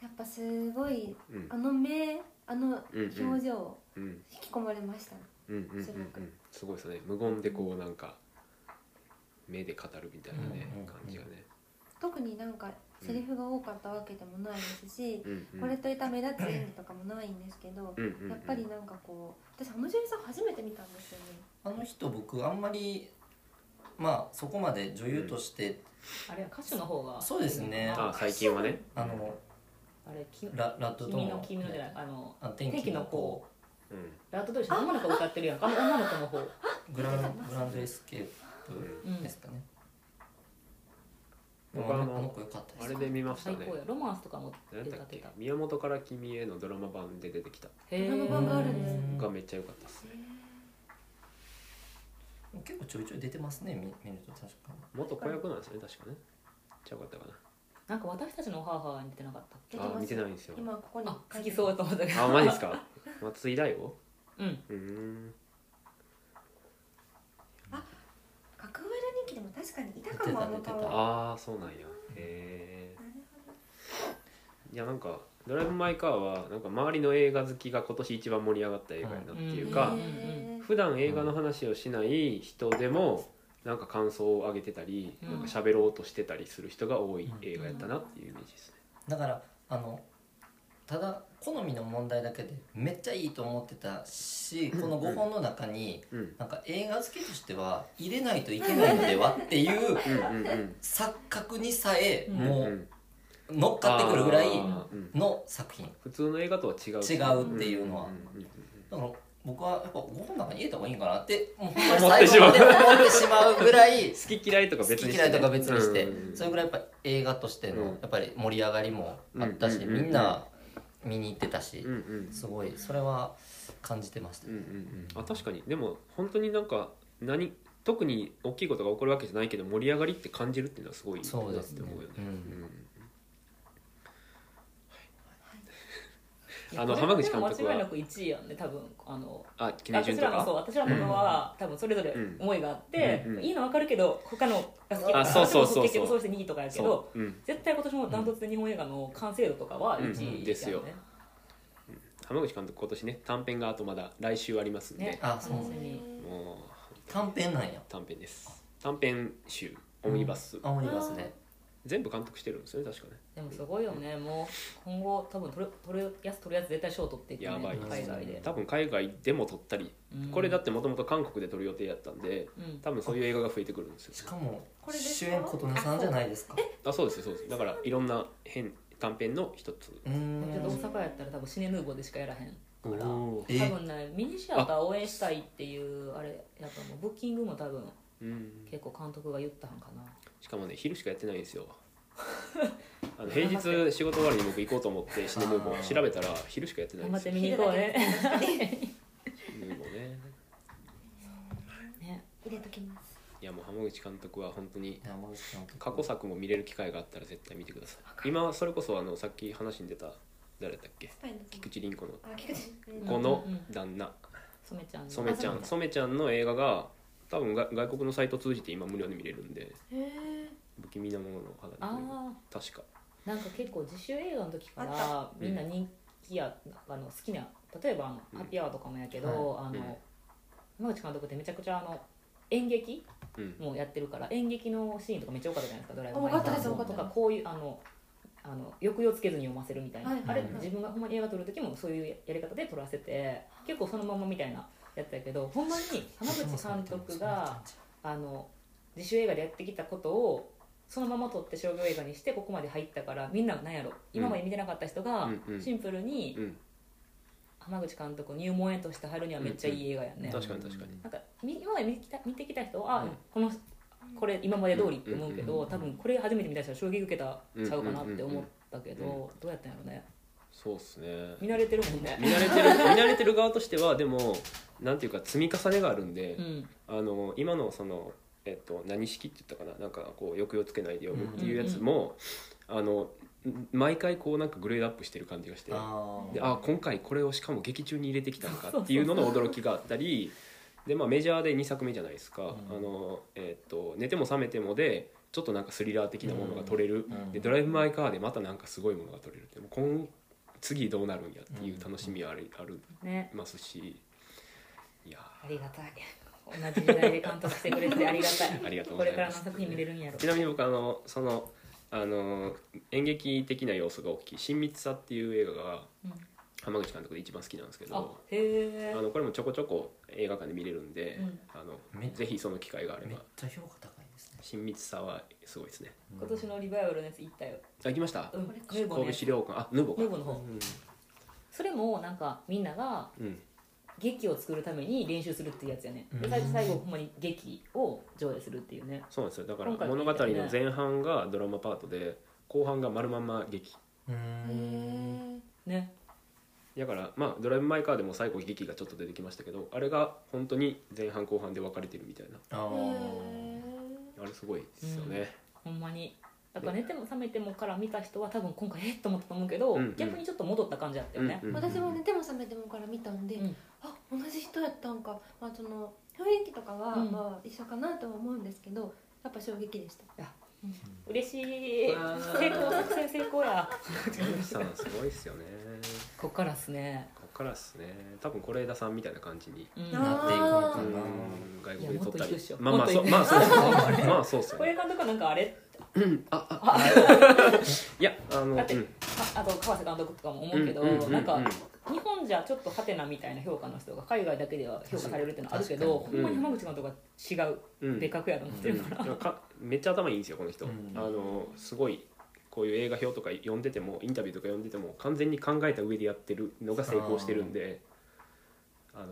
やっぱすごい
うん
あの目あの
うんうん
表情
うん
引き込まれましたね
うんうんうんう
すごく
んすごいですね無言でこうなんか目で語るみたいなね
うんうんうん
感じがね
特になんかセリフが多かったわけでもないですし
うんうん
これといった目立つ演技とかもないんですけど
うんうんうん
やっぱりなんかこう私あの女優さん初めて見たんですよね
あの人僕あんまりまあそこまで女優として
あれは歌手の方が
そうですね
あ最近はね
あの
あれき
ララッドと
君の
も
君のじゃないあの
あ天
天気
気
の
の
子
子
うん
ラット同士の女の子歌ってる
<laughs>
やんかあの女の子の方
グラングランドエスケープ
うん
ですかねで
僕
も
あの
あのあの子良かったで
あ
す
れで見ました
最
ね
高やロマンスとかも出
何
た
だっ
出
け
た
宮本から君へのドラマ版で出てきた
へえ
ドラマ版があるんです
うん
がめっちゃ良かったっすね
結構ちょいちょい出てますね見見ると確かに
元子役なんですね確かねちゃうかったかな
なんか私たちの母に出てなかった
出て
あ
ま
見
す
てないんですよ
今ここに
あ好きそうと思ったけど
あマジですか松井大悟
うん
うーん
格上の人気でも確かにいたかもあの
出てた
顔
出て
なる
ああそうなんやへえ
ほど
いやなんか「ドライブ・マイ・カー」はなんか周りの映画好きが今年一番盛り上がった映画やなっていうか、
うん
へー
普段映画の話をしない人でもなんか感想を上げてたり、
うん
なんか喋ろうとしてたりする人が多い映画やったなっていうイメージですね。
だからあのただ好みの問題だけでめっちゃいいと思ってたしこの5本の中に
うん、
なんか映画好きとしては入れないといけないのではっていう
うん、うん、うん
錯覚にさえ
うん
うん
も
うん
う乗っかってくるぐらい
あーうん
の作品
普通の映画とは違う
違うっていうのは
んんうん
だから僕はやっぱ5本の中に入れた方がいいんか
<laughs>
なってもう
思って
最
し
後
まう
まで思ってしまうぐらい
好き嫌いとか
好
<laughs> 別
き
に
嫌いとか別にして、
うん
それぐらいやっぱ映画として
うん
のやっぱり盛り上がりもあったし、
うんうんうんうん
みんな見に行ってたし、
うんうん
すごいそれは感じてました、
うんうんうんあ確かにでも本当になんか何特に大きいことが起こるわけじゃないけど盛り上がりって感じるっていうのはすごいいいな
そうで
っ
す
て
ね
思うよね。
うん
あの浜口監督は
これでも間違いなく1位やんね多分あの
あ記念
私
順と
らの
か
そう私らのものは、多分それぞれ思いがあって、
うんうん
いいのわかるけど他のが好き
あそうそうそうそう
結局そうして2位とかやけど
う、うん、
絶対今年もダントツで日本映画の完成度とかは1位
うんうんですよ浜口監督今年ね短編があとまだ来週ありますんで、
ね
あそうですね
もう
短編なんや
短編です短編集オムニバス、
あオムニバスで
全部監督してるんですよね確かね
でもすごいよねもう今後多分取る取るやつ取るやつ絶対賞取っていく、ね、
やばい
海外で、
多分海外でも撮ったり、
うん
これだってもともと韓国で撮る予定やったんで
うん
多分そういう映画が増えてくるんですよ
しかも
これですか
主演琴音さんじゃないですか
あそうですそうですだからいろんな編短編の一つ
うーん
ちょっと大阪やったら多分シネヌーボーでしかやらへん
お
から
ー
え
多分ねミニシアター応援したいっていうあれやと思うブッキングも多分
うん
結構監督が言ったんかな
しかもね昼しかやってないんです
<laughs>
よあの平日仕事終わりに僕行こうと思ってシネムーボー調べたら昼しかやってない
頑
んです
張っ
よ
て見に行こうね
シネムーボーね
ね
入れときます
いやもう浜口監督は本当に
山口監督
過去作も見れる機会があったら絶対見てください今それこそあのさっき話に出た誰だっけ
スパイの時
菊池凛子の
あ菊池うん
子の旦那
染ちゃんの
染ちゃん染ちゃんの映画が多分が外国のサイト通じて今無料で見れるんで
へえ
「不気味なものの肌」
あ
確か
あなんか結構自主映画の時か
あ
らみんな人気や、あの好きな例えばあの
うん
ハッピーアワーとかもやけど、あ
うん
の山口監督ってめちゃくちゃあの演劇
うん
もやってるから演劇のシーンとかめっちゃ多かったじゃないですかドライブ・マイ・
多
カ
かった
です
ー
多かった
とかこういうあのあの抑揚つけずに読ませるみたいな、
はい
あれ
うん
自分がほんまに映画撮る時もそういうやり方で撮らせて結構そのままみたいなやったけどほんまに浜口監督があの自主映画でやってきたことをそのまま撮って商業映画にしてここまで入ったからみんななんやろ今まで見てなかった人が
うんうん
シンプルに
うん
浜口監督入門へとして入るにはめっちゃいい映画やね、
確かに確かに
なんかみ今まで見てきた見てきた人は、あ
うん
このこれ今まで通りって思うけど、
うんうんうん
多分これ初めて見た人は衝撃受けたちゃうかなっ
うんうん
て
うんうん
思ったけど、どうやったんやろうね
そうっすね
見慣れてるもんね
見慣れてる見慣れてる側としてはでもなんていうか積み重ねがあるんで、
うん
あの今のその、えっと、何式って言ったかななんかこう抑揚つけないで読むっていうやつも、あの毎回こうなんかグレードアップしてる感じがして
あー
であ今回これをしかも劇中に入れてきたのかっていうのの驚きがあったりで、まあ、メジャーで2作目じゃないですか「
うん
あのえっと寝ても覚めても」でちょっとなんかスリラー的なものが撮れる、
うん
で「ドライブ・マイ・カー」でまたなんかすごいものが撮れるでも今次どうなるんやっていう楽しみはあり,、あり
ね
ますしいや
ありがたい同じ時代で監督してくれてありがたい
<laughs> ありがとう
こ
ござ
れ
い
から
ま
の
す
作品見れるんやろ
ちなみに僕あのそのあの演劇的な要素が大きい「親密さ」っていう映画が
うん
浜口監督で一番好きなんですけど
あへえ
あのこれもちょこちょこ映画館で見れるんで、
うん
あ
め
のぜひその機会があれ
めっ
ば
ちゃ評価高いですね
親密さはすごいですね
今年のリバイバルのやつ行ったよ、
あ行きました、
うん
これ、か
ヌーボーの
神
や
戸
つ
資料館あヌーボか
ヌーボの方それもなんかみんなが
うん、うん
劇を作るために練習するっていうやつやね
う
で
ん
最最後ほんまに劇を上映するっていうね
そうなんですよだから
今回
物語の前半がドラマパートで後半が丸まんま劇
うー
へ
ん
え
ね
だからまあドライブ・マイ・カーでも最後劇がちょっと出てきましたけどあれが本当に前半後半で分かれてるみたいな
あー
あれすごいですよね、
ほんまにだから寝ても覚めてもから見た人は多分今回えっと思ったと思うけど、
うんうん
逆にちょっと戻った感じだったよね、
うんうん
私も寝ても覚めてもから見たんで、
うん
あ同じ人やったんか、まあ、その雰囲気とかは、
うん
まあ、一緒かなとは思うんですけどやっぱ衝撃でした
嬉しい
わー
成功作戦成功や
樋口さんすごいっすよね
こっからっすね、
こっからっすね多分是枝さんみたいな感じに
うん、
あー
こ
なっていくのか
う
なん
外国で撮った
いやもっと行く
り
っしょ
まあまあ
もっ
そ
と
う
行く
まあそうですねまあそうっすよ
れ
ね
監督はなんかあれ
いやあの
だって
うん
ああと川瀬監督とかも思うけど、
うんうんうんうん
なんか日本じゃちょっとハテナみたいな評価の人が海外だけでは評価されるっていうのはあるけど
確
ほ
かに
んまに浜口監督は違う、
うん
でかくやと思ってるから、
うんかめっちゃ頭いいんですよこの人、
うん
あのすごいこういう映画表とか読んでてもインタビューとか読んでても完全に考えた上でやってるのが成功してるんであ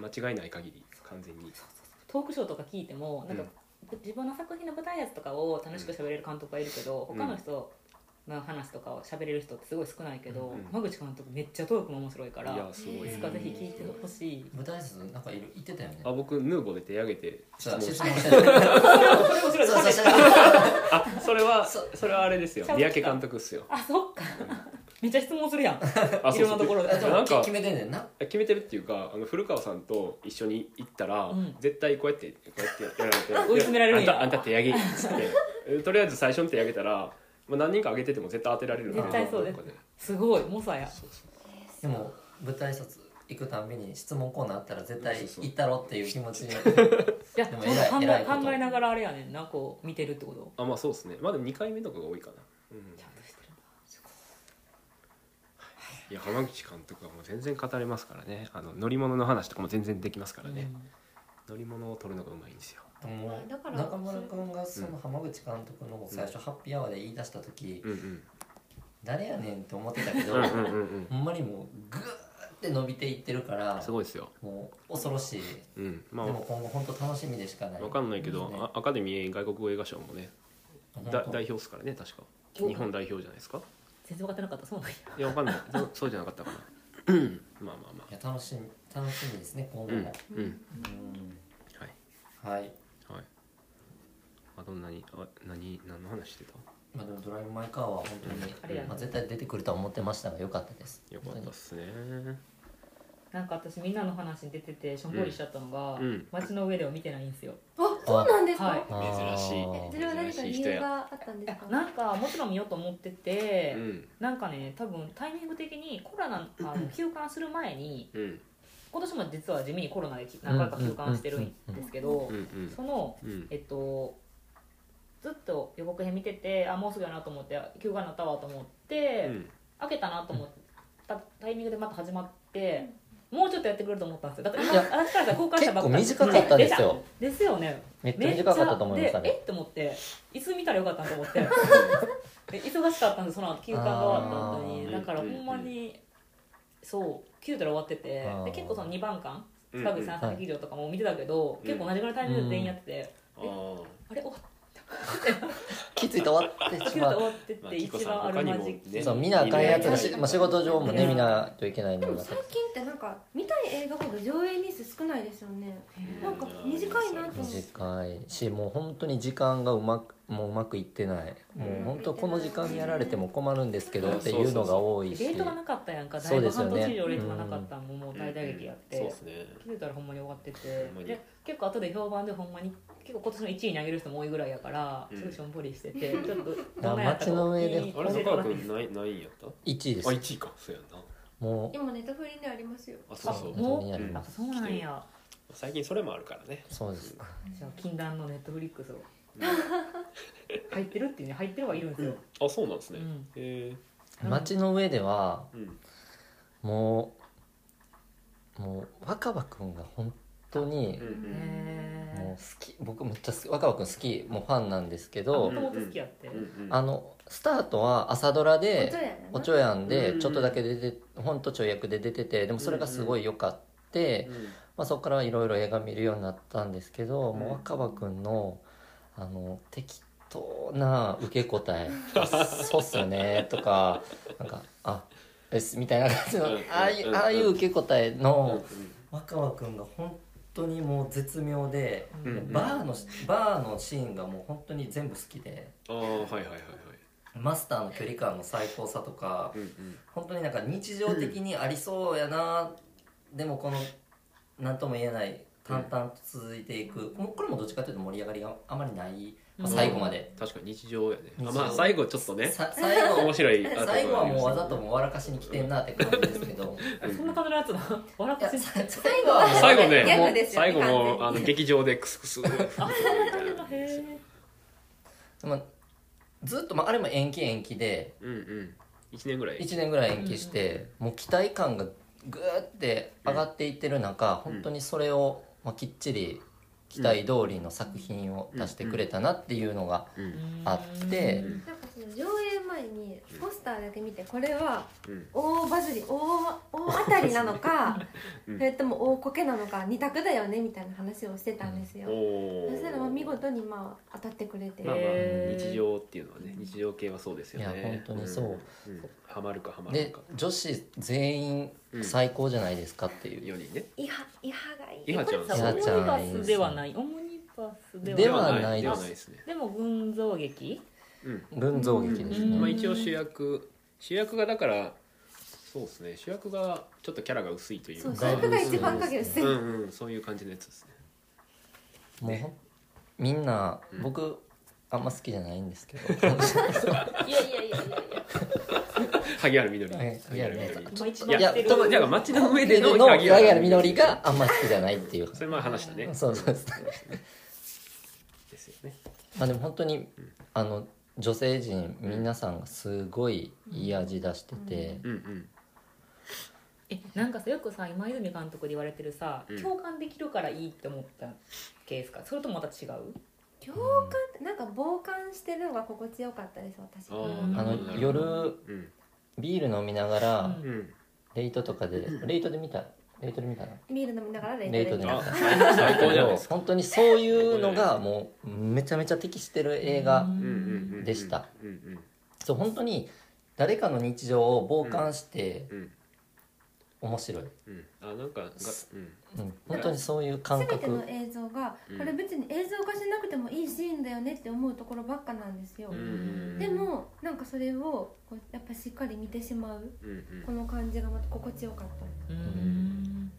の間違いない限り完全に
トークショーとか聞いてもなんか、自分の作品の舞台やつとかを楽しく喋れる監督はいるけど、
うん
他の人の話とかを喋れる人ってすごい少ないけど、
うん
浜口監督めっちゃトークも面白いか
い
ら
やすごい
いつかぜひ聞いてほしい。
舞台挨拶なんかいる言ってたよね
あ僕ヌーボーで手挙げて質
そう
問
質
し
問し
<laughs>
てたよ
そ
ね
れ面白い
そうそうそう
あそれは
そ
それはあれですよ
ちゃんと
三
来た
宅監督っすよ
あそっか <laughs> めっちゃ質問するやん
あ
いろんなところで
あでも
なんか
決めてんねんな
決めてるっていうかあの古川さんと一緒に行ったら、
うん
絶対こうやってこうやってやられて
<laughs> 追い詰められるんや
いやあんたあんた手上げっつって <laughs> えとりあえず最初の手上げたら、まあ、何人か上げてても絶対当てられるん
絶対そう
な
で
ん
す
かね
すごい猛者や
でも舞台挨拶行くたんびに質問コーナーあったら絶対
そうそう
行ったろっていう気持ち
<laughs>
に
いや
でも
ちょうど
偉い
考
偉い
え
こと
考えながらあれやねんなこう見てるってこと
あまあそうですねまあでも2回目とかが多いかな、うん、
ちゃんとしてる
いや浜口監督はもう全然語れますからねあの乗り物の話とかも全然できますからね、乗り物を取るのがうまいんですよ、
も
だか
う
ら
中村君がその浜口監督の最初ハッピーアワーで言い出した時
うんうん、
誰やねんって思ってたけど
うんうんうんうん
ほんまにもうグーって伸びていってるから
すごいですよ、
もう恐ろしい
うん、
で
まあ
も今後本当楽しみでしかない
わかんないけど、
ね
あアカデミー外国語映画賞もねだ代表っすからね確か
お
日本代表じゃないですか
全然分かってなかったそうなんや
いやわかん
<laughs>
ないそそうじゃなかったかなまあまあまあ
いや楽しみ楽しみですね今後
うん
も、
うん
うん
はい
はい
はいあどんなにあ何何の話してた
まあでもドライブ・マイ・カーは本
あ
当
りがと
に、
う
まあ、絶対出てくるとは思ってましたが良かったです
よかったっすね
なんか私みんなの話に出ててしょんぼりしちゃったのが、
うんうん
街の上では見てないんですよ
あそうなんですか、
は
珍
い
しい
えそれは何か理由があったんですか
なんかもちろん見ようと思ってて、
うん
なんかね多分タイミング的にコロナあの休館する前に
うん
今年も実は地味にコロナで何回か休館してるんですけど
うんうん
その
うん
えっとずっと予告編見ててあもうすぐやなと思って休暇になったわと思って、
うん
開けたなと思ったタイミングでまた始まって、もうちょっとやってくると思ったんですよだから今
いや
私からしたら交換したばっかり
結構短かったですよ
出たですよね
めっちゃ短かったと思いました
めっちゃで
ね
えっと思って椅子見たらよかったと思ってで忙しかったんですその後休暇が終わった後
あ
に
ー
だからほんまにそう9ドラ終わってて
あー
で結構その2番館
うん
北口さん朝日劇場とかも見てたけど、結構同じぐらいのタイミングで全員やってて、
あー
あれ終わっ
気づいて終わってし
キュ
ま
ート
う
終わってっ
まあ
て
キコ
一
さん
番あ
他
る
に
ま
も
じき
ね
そう見なあかんやつだし、まあ、仕事上もね
ね
見ないといけない
で
の
も
が
最近ってなんか見たい映画ほど上映日数少ないですよねなんか短いなと思って
短いしもう本当に時間がうまくもううまくいってないもう本当この時間にやられても困るんですけどっていうのが多いし
レートがなかったやんかだ
そ
いうぶ
ですよ
半
ね
年以上レートがなかったんももう大打撃やって、
そうですね
気づいたらほんまに終わってて
ほんまに
で結構後で評判でほんまに結構今年の1位に上げる人も多いぐらいやから、
うん
すごいしょんぼりしててちょっと
あ街の上で
あれ
教えてもら
中
って
川
いい
君ないないんやった
1位で
あ
す
1位かそうやんな
もう
今ネタフリでありますよ
あそうそ
あ
う
も
本当にやり
あ
ます
そうなんや
最近それもあるからね
そうです
じゃあ禁断のネットフリックスを入ってるっていうね入って <laughs> るはいるんですよ、
あそうなんです
う
ね
ん
へえ
街の上では
うん
もうもう若葉くんが本当に
うんうん
もう
へ
好き僕めっちゃ好き若葉くん好きもうファンなんですけ
えも
ど
ともと好きやって、
うんうん
あのスタートは朝ドラ
お
で
ちょやな
おちょやん
う
で
ん
ちょっとだけ出て本とちょい役で出ててでもそれがすごい良かって、
うん
まあ、そこからいろいろ映画見るようになったんですけど、
うん
もう若葉くんのあの適当な受け答
<laughs>
え「あそうっすよね」とかなんか「あです」みたいな感じの
うん
ああいう
うん
ああいう受け答えの
若葉くんが本当にもう絶妙で、
うんうん
バーのバーのシーンがもう本当に全部好きで
ああはいはいはいはい
マスターの距離感の最高さとか
うんうん
本当になんか日常的にありそうやな、でもこの何とも言えない淡々と続いていく、もうこれもどっちかというと盛り上がりがあまりない、まあ、最後まで、
確かに日常やねあ
日常
まあ最後ちょっとね
さ最後
面白い
最後はもうわざともう笑かしに来てんなって感じですけど
あそんな感じのやつな笑
いや
かし
さ
最
最後
後は
は
も
も
う
う
最後ね
ギャ
も
グで
う
すよ
最
ね
後もうあ
完
の
全に
劇場でクスクスみたいな
へえ
でも
ずっと、まあ、あれも延期延期で
うんうん1年ぐらい
1年ぐらい延期して、もう期待感がグーって上がっていってる中、
うん
本当にそれを、まあ、きっちり期待通りの作品を出してくれたなっていうのが、
うん
あって
うん
なんかその上映前にポスターだけ見てこれは
うん
大バズり大大当たりなのか、
うん
それとも大コケなのか二択だよねみたいな話をしてたんですよ、
お
そしたらまあ
お
見事にまあ当たってくれて、
まあまあ
へー
日常っていうのはね日常系はそうですよね
いや本当にそうん
うんハマるかハマらん
で
か
女子全員
うん
最高じゃないですかっていう、
4人ね
イハイハがい
イ
い
ハちゃん
さオ
いや
ムニ
ちゃん
バスではないオムニバスではない
ではない
ではないですね
でも群像劇
うん
群像劇です
うん
ね、
まあ、一応主役主役がだからそうですね主役がちょっとキャラが薄いという
そう
か
主役が一番影薄い、
う
うん
んうんそういう感じのやつですね
もうほんみんな
うん
僕あんま好きじゃないんですけど
いやいやいやいや
萩原みどり
はい
萩原みどり
まあ一
い
番
や
知ってる
多分だから街の上 <laughs> での
の
萩
柳
原
原
み
み
ど
の
り
りがあんま好きじゃないっていう
それ前話したね
そうそうです
ですよね
まあでも本当にあの女性陣皆さんがすごいいい味出してて、
うんうん
えなんかさよくさ今泉監督で言われてるさ、
うん
共感できるからいいって思ったケースかそれともまた違う
共感ってなんか傍観してるのが心地よかったです私
あ
う
ー
ん
な
あ
るほ
の
どなるほど
夜
うん
ビール飲みながら、
うん
うん
レイトとかでレイトで見たレイトで見たな
ビール飲みながらレイ
レイ
ト
ト
で
で
見
見
た
た
あ最最高じゃない
<laughs>
ですか
本当にそういうのがもうめちゃめちゃ適してる映画、
うん
うんうんうん
でした
うんうん
そう本当に誰かの日常を傍観して
うん
面白い、
うんあなんかがうん
うん、本当にそういう感
全て
覚
の映像が
うん
これ別に映像化しなくてもいいシーンだよねって思うところばっかなんですよ、
うんうん
でもなんかそれをこうやっぱしっかり見てしまう
うんうん
この感じがまた心地よかった
うん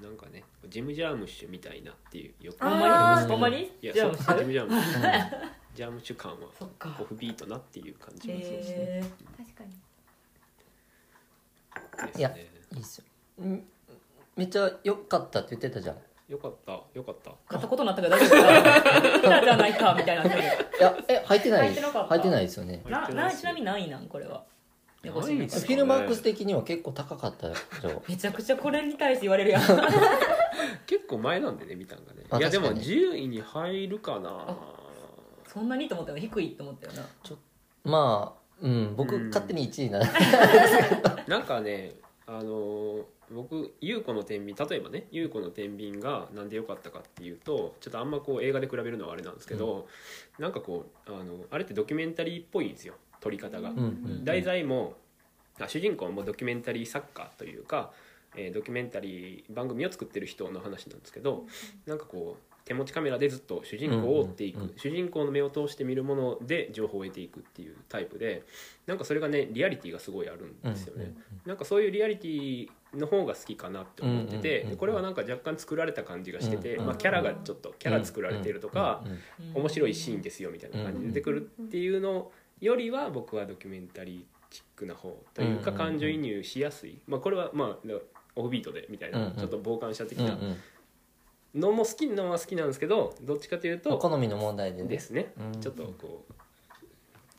ななんかねジム・ジャームッシュみたいなっていうよく
ほ
あ
ん
ー
まにほんまに
いや
じゃ
そ
あ
うジム・ジャームッシュ
う
ジャームッシュ感は
そっか
オフビートなっていう感じがそうですね。
へえ
確かに
です
いや
ね
んいいっすよんめっちゃ良かったって言ってたじゃんい
よかったよかった。
買ったことになったから大丈夫かじゃないかみたいな感
やえ入ってない
入ってなかった
入ってないですよね
じななちなみに何位なんこれは
何位
フィルマークス的には結構高かったでし
<laughs>
ょ
めちゃくちゃこれに対して言われるやん
結構前なんでね見たんがね
あ
いやでも
確かに
10位に入るかな
あそんなにと思ったよ低いと思ったよな
まあうん僕
うん <laughs>
勝手に1位な
なんかねあのー僕優子の天秤例えばね優子の天秤がなんで良かったかっていうとちょっとあんまこう映画で比べるのはあれなんですけど、なんかこうあのあれってドキュメンタリーっぽいんですよ撮り方が。
うんうん
題材もあ主人公もドキュメンタリー作家というか、えードキュメンタリー番組を作ってる人の話なんですけどなんかこう手持ちカメラでずっと主人公を追っていく、
うんうんうん
主人公の目を通して見るもので情報を得ていくっていうタイプでなんかそれがねリアリティがすごいあるんですよね。
うんうん
なんかそういうリアリティの方が好きかなって思って
うんうんうんう
て
ん
これはなんか若干作られた感じがしてて、
うんうん
まあ、キャラがちょっとキャラ作られてるとか、
うんうん
面白いシーンですよみたいな感じで出てくるっていうのよりは僕はドキュメンタリーチックな方というか
うんうんうん
感情移入しやすい、まあ、これはまあオフビートでみたい
うんう
なんちょっと傍観者的
うんう
なん
うん
のも好きなのは好きなんですけどどっちかという
まあ
と
好みの問題でね
ですね
うん
ちょっとこ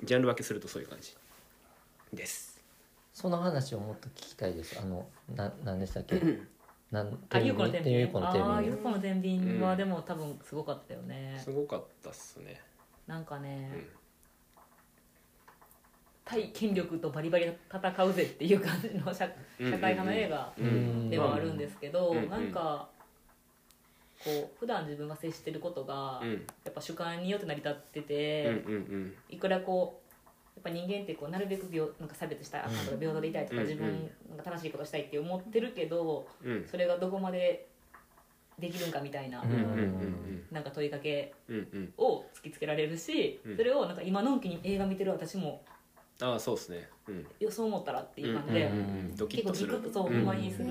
うジャンル分けするとそういう感じです。
その話をもっと聞きたいですあのな何でしたっけなん
あゆうこの天秤
ゆうこの天
ああ
秤
ゆうこの天秤
う
は
ん
でも多分すごかったよね、
すごかったっすね、
なんかね、
うん
対権力とバリバリ戦うぜっていう感じの社
うんうんうん
社会派の映画
うん
ではあるんですけど、
うん
なんかこう普段自分が接してることが
うんうん
やっぱ主観によって成り立って
うん
て、
うん
いくらこうやっぱ人間ってこうなるべく平なんか差別したいあかんとか平等でいたいとか、
うん
自分なんか正しいことしたいって思ってるけど
うんうん
それがどこまでできるんかみたいな、
うん
うんうんうん
なんか問いかけ
うんうん
を突きつけられるし、
うん
それをなんか今のんきに映画見てる私も
ああそうですねうん
いやそう思ったらっていう感じで、
うんうんうん、ドキ
結
ッ
構
と
ギ
す
ク
る
ッとそう
うん
不満にする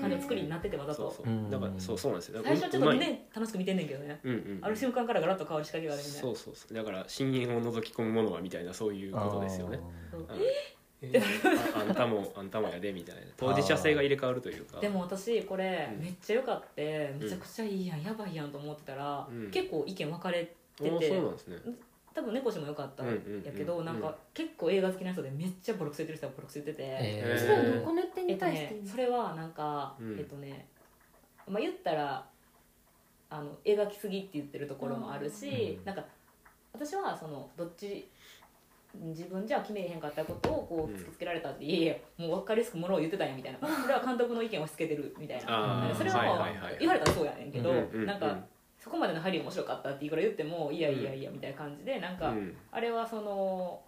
感じの作りになっててわざ
そ
と
うそうだからそうそうなんですよだから
最初はちょっと
うまい
ね楽しく見てんねんけどね、
うんうん
ある瞬間からガラッと変わる仕掛けがあるみたい
そうそうそうだから深淵を覗き込むものはみたいなそういうことですよね
あ
う
な
んえああんたもあんたもやでみたいな当事者性が入れ替わるというか
でも私これ
うん
めっちゃ良かって
ん
めちゃくちゃいいやんやばいやんと思ってたら、
うん
結構意見分かれ
お
て
ー
て
そうなんですね
多分猫氏も良かった
うんんうんうん
やけど、なんか結構映画好きな人でめっちゃボロクソ言ってる人はボロクソ言ってて、
え
へー
それはどこの点
え
に
っと
対して
ね、それはなんか、
うん
えっとね、まあ、言ったらあの描きすぎって言ってるところもあるし、
うん
なんか私はそのどっち自分じゃ決めれへんかったことをこ
うん
う突きつけられたって、いやいやもう分かりやすくものを言ってたんやみたいなそれは監督の意見を押し付けてるみたい
あ
な
ー
それはもう
はいはいはい
言われたらそうやねんけど、
うんうんうん
なんかそこまでの針面白かったっていくら言ってもいやいやいやみたいな感じでなんか、
うん
あれはその